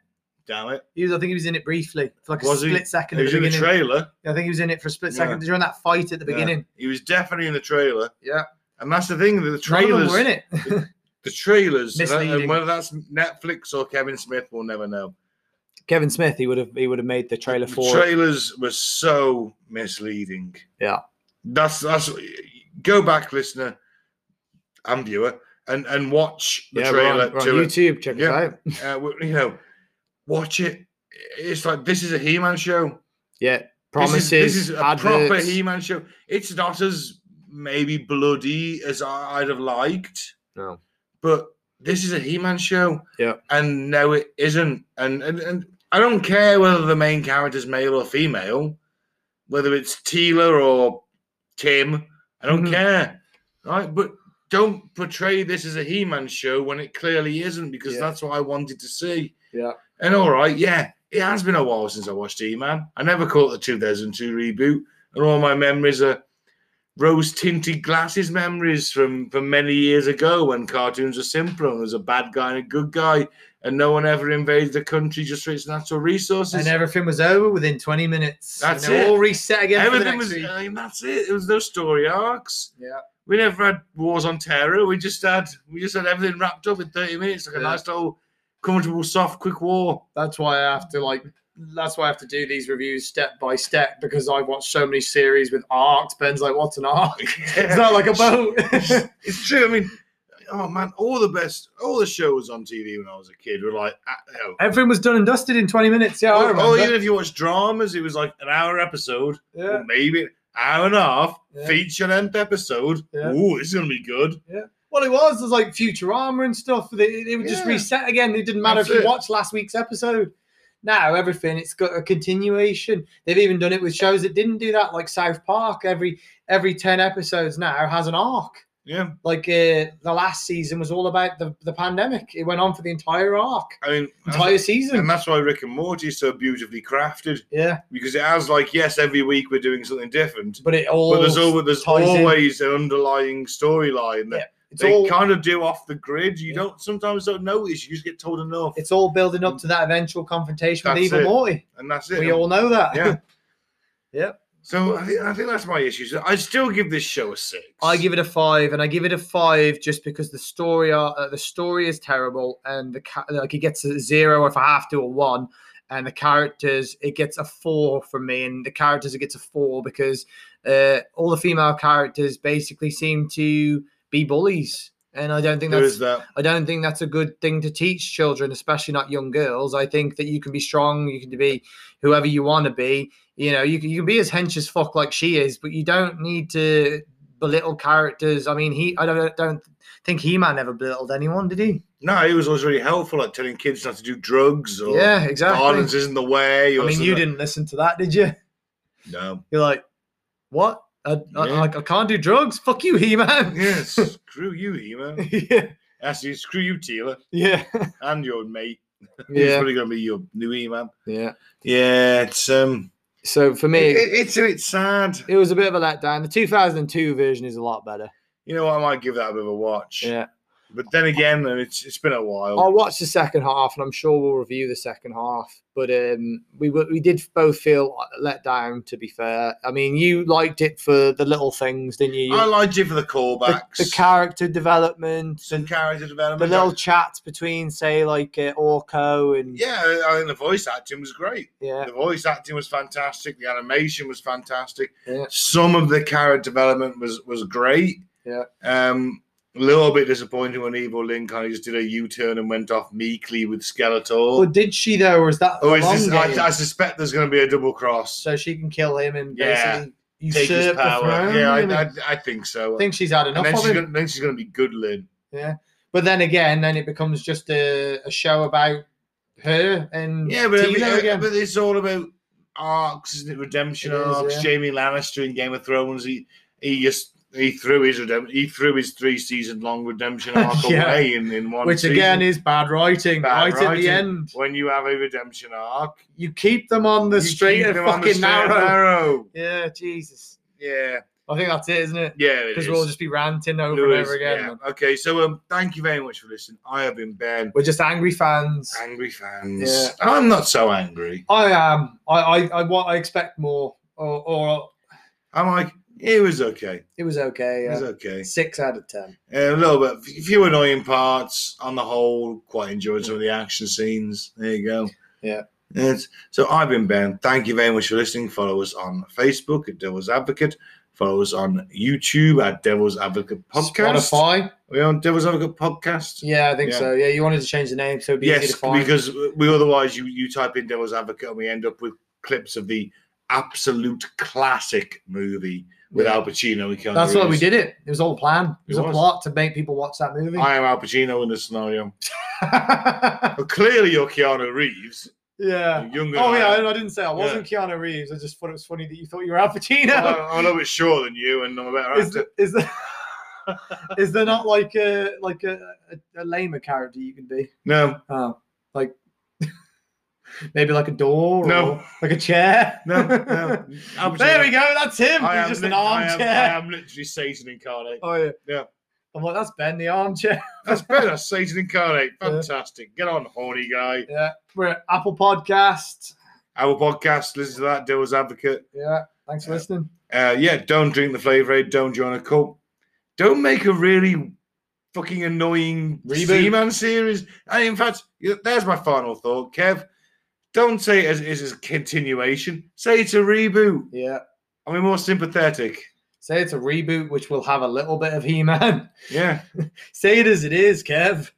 S1: Damn it!
S2: He was, I think he was in it briefly for like a
S1: Was he?
S2: split second
S1: He
S2: at
S1: was
S2: the
S1: in the
S2: beginning.
S1: trailer.
S2: I think he was in it for a split
S1: Yeah.
S2: second during that fight at the
S1: Yeah.
S2: beginning.
S1: He was definitely in the trailer.
S2: Yeah.
S1: And that's the thing. The
S2: None of them
S1: trailers.
S2: were in it.
S1: The trailers. and- And,
S2: Misleading.
S1: whether that's Netflix or Kevin Smith, we'll never know.
S2: Kevin Smith, he would have he would have made the trailer
S1: The trailers were so misleading.
S2: Yeah.
S1: That's that's. Go back, listener, and viewer, and and watch the trailer to it.
S2: YouTube. Check
S1: Yeah.
S2: us out.
S1: uh, w- you know, watch it. It's like this is a He-Man show.
S2: Yeah,
S1: This is-
S2: promises.
S1: This is, a proper
S2: adverts.
S1: He-Man show. It's not as maybe bloody as I, I'd have liked.
S2: No.
S1: But this is a He-Man show.
S2: Yeah.
S1: And no, it isn't. And and, and I don't care whether the main character's male or female, whether it's Teela or Tim. I don't
S2: Mhm.
S1: care. Right? But don't portray this as a He-Man show when it clearly isn't, because
S2: Yeah.
S1: that's what I wanted to see.
S2: Yeah.
S1: And all right, yeah, it has been a while since I watched E-Man. I never caught the 2002 reboot, and all my memories are rose-tinted glasses memories from from many years ago when cartoons were simpler and there was a bad guy and a good guy, and no one ever invaded the country just for its natural resources.
S2: and everything was over within 20 minutes. and
S1: That's
S2: they're
S1: it.
S2: All reset again. for the
S1: Everything
S2: next
S1: was, uh,
S2: week.
S1: I mean, that's it. There was no story arcs.
S2: Yeah.
S1: We never had wars on terror. We just had, we just had everything wrapped up in 30 minutes, like a
S2: Yeah.
S1: nice little, comfortable, soft, quick war.
S2: That's why I have to like. That's why I have to do these reviews step by step because I've watched so many series with arcs. Ben's like, "What's an arc? It's not like a boat."
S1: it's true. I mean, oh man, all the best, all the shows on TV when I was a kid were like, ah, you know,
S2: Everything was done and dusted in 20 minutes. Yeah, I
S1: or,
S2: remember.
S1: or even if you watch dramas, it was like an hour episode,
S2: yeah.
S1: or maybe an hour and a half,
S2: Yeah.
S1: feature length episode.
S2: Yeah.
S1: Ooh, it's gonna be good.
S2: Well, it was. It was like Futurama and stuff. They, they would just
S1: Yeah.
S2: reset again. It didn't matter
S1: That's
S2: if you
S1: it.
S2: watched last week's episode. Now everything it's got a continuation. They've even done it with shows that didn't do that, like South Park. Every every ten episodes now has an arc.
S1: Yeah,
S2: Like uh, the last season was all about the, the pandemic. It went on for the entire arc,
S1: I mean, that's-
S2: entire season.
S1: and that's why Rick and Morty is so beautifully crafted
S2: yeah,
S1: because it has like, yes, every week we're doing something different,
S2: but it all
S1: but there's always there's
S2: ties in.
S1: always an underlying storyline that.
S2: Yeah. it's
S1: They
S2: all
S1: kind of do off the grid. You
S2: Yeah.
S1: don't sometimes don't notice. You just get told enough,
S2: it's all building up to that eventual confrontation with
S1: That's
S2: Evil
S1: it.
S2: Morty.
S1: and that's it.
S2: We all know that.
S1: yeah.
S2: Yeah.
S1: So I think, I think that's my issue. So I still give this show a six.
S2: I give it a five, and I give it a five just because the story are, uh, the story is terrible, and the ca- like it gets a zero if I have to a one, and the characters it gets a four from me, and the characters it gets a four because uh, all the female characters basically seem to be bullies, and I don't think
S1: There
S2: that's
S1: is that.
S2: I don't think that's a good thing to teach children, especially not young girls. I think that you can be strong, you can be whoever you want to be. You know, you can, you can be as hench as fuck like she is, but you don't need to belittle characters. I mean, he I don't don't think He Man ever belittled anyone, did he?
S1: No, it was always really helpful, like telling kids not to do drugs or
S2: yeah, exactly.
S1: violence isn't the way.
S2: I
S1: Or
S2: mean, you
S1: something.
S2: didn't listen to that, did you?
S1: No.
S2: You're like, what? I, I,
S1: Yeah.
S2: I, I can't do drugs. Fuck you, He Man.
S1: Yeah, screw you, Hema.
S2: yeah,
S1: Actually, screw you, Teela,
S2: yeah,
S1: and your mate. He's
S2: yeah,
S1: probably going to be your new He-Man.
S2: yeah.
S1: Yeah, it's um,
S2: So for
S1: it,
S2: me,
S1: it- it's a bit sad.
S2: it was a bit of a letdown. The 2002 version is a lot better.
S1: You know, I might give that a bit of a watch.
S2: Yeah. Oh,
S1: But then again, though, it's it's been a while.
S2: I'll watch the second half, and I'm sure we'll review the second half. But um, we were, we did both feel uh, let down. To be fair, I mean, you liked it for the little things, didn't you? You-
S1: I liked it for the
S2: the,
S1: callbacks,
S2: the character development,
S1: some character
S2: the
S1: development.
S2: little chats between, say, like uh, Orko and
S1: yeah, I think the voice acting was great.
S2: yeah,
S1: The voice acting was fantastic. The animation was fantastic.
S2: Yeah.
S1: Some of the character development was was great.
S2: Yeah.
S1: Um, a little bit disappointing when Evil Lynn kind of just did a U turn and went off meekly with Skeletor.
S2: But did she though, or is that
S1: oh,
S2: the
S1: is
S2: long
S1: this? I,
S2: game?
S1: I suspect there's going to be a double cross.
S2: so she can kill him and
S1: Yeah.
S2: basically usurp the throne?
S1: Yeah,
S2: and
S1: I,
S2: I,
S1: I, I think so.
S2: think she's had
S1: and
S2: enough
S1: then
S2: of
S1: she's,
S2: him.
S1: gonna, then she's going to be good, Lynn.
S2: But then again, then it becomes just a, a show about her and
S1: Yeah, but, uh,
S2: Tina
S1: every-
S2: Mm. again.
S1: but it's all about arcs, isn't it? Redemption
S2: It is,
S1: arcs.
S2: yeah.
S1: Jamie Lannister in Game of Thrones. He he just he threw his redemption. He threw his three season long redemption arc
S2: Yeah.
S1: away in, in one.
S2: Which again
S1: season.
S2: is bad writing.
S1: Bad
S2: right at
S1: writing.
S2: the end,
S1: when you have a redemption arc,
S2: you keep them on the
S1: you
S2: straight
S1: keep
S2: and
S1: them on the
S2: fucking
S1: straight and
S2: narrow.
S1: narrow.
S2: Yeah, Jesus.
S1: Yeah,
S2: I think that's it, isn't it?
S1: yeah. it
S2: Because
S1: is.
S2: we'll all just be ranting over
S1: Lewis,
S2: and over again.
S1: yeah. Okay, so um, thank you very much for listening. I have been Ben.
S2: We're just angry fans.
S1: Angry fans.
S2: Yeah.
S1: I'm not so angry.
S2: I am. I I I, want, I expect more. Or, or
S1: I'm like, it was okay.
S2: it was okay.
S1: It
S2: Yeah.
S1: was okay.
S2: Six out of ten.
S1: Uh, a little bit, a few annoying parts on the whole. Quite enjoyed some of the action scenes. There you go.
S2: Yeah.
S1: It's- so I've been Ben. Thank you very much for listening. Follow us on Facebook at Devil's Advocate. Follow us on YouTube at Devil's Advocate Podcast.
S2: Spotify.
S1: We're on Devil's Advocate Podcast.
S2: Yeah, I think
S1: Yeah.
S2: so. Yeah, you wanted to change the name so it'd be easy
S1: yes,
S2: to find.
S1: because we otherwise you you type in Devil's Advocate and we end up with clips of the absolute classic movie with Al Pacino. And Keanu
S2: That's why we
S1: Reeves.
S2: did it. It was all planned. It was,
S1: It
S2: a
S1: was.
S2: plot to make people watch that movie.
S1: I am Al Pacino in this scenario. But clearly, you're Keanu Reeves.
S2: yeah.
S1: You're younger.
S2: Oh
S1: than
S2: yeah,
S1: I am.
S2: I, I didn't say I wasn't Keanu Reeves. I just thought it was funny that you thought you were Al Pacino.
S1: Well, I'm a little bit shorter than you, and Oh, I'm a better
S2: is,
S1: actor.
S2: is there, is there not like a like a, a, a lamer character you can be?
S1: No,
S2: Oh, like maybe like a door
S1: No.
S2: or like a chair.
S1: no, no. Al
S2: there
S1: Pacino.
S2: we go. That's him.
S1: I am
S2: He's just an
S1: lit- I am-
S2: armchair.
S1: I am literally Satan incarnate.
S2: Oh yeah.
S1: Yeah.
S2: I'm like, that's Ben, the armchair.
S1: That's better. Satan incarnate.
S2: Yeah.
S1: Fantastic. Get on, horny guy.
S2: Yeah. We're at Apple Podcast.
S1: Our podcast. Listen to that. Devil's Advocate.
S2: Yeah. Thanks for
S1: Yeah.
S2: listening.
S1: Uh, yeah, don't drink the flavor aid. Don't join a cult. Don't make a really fucking annoying
S2: Reboot.
S1: Z-Man series. And in fact, yeah, there's my final thought, Kev. Don't say it as it is as a continuation. Say it's a reboot.
S2: Yeah.
S1: I mean, more sympathetic.
S2: Say it's a reboot, which will have a little bit of He-Man.
S1: Yeah,
S2: Say it as it is, Kev.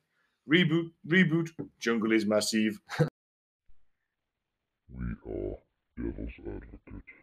S1: reboot, reboot. Jungle is massive.
S3: We are Devil's Advocate.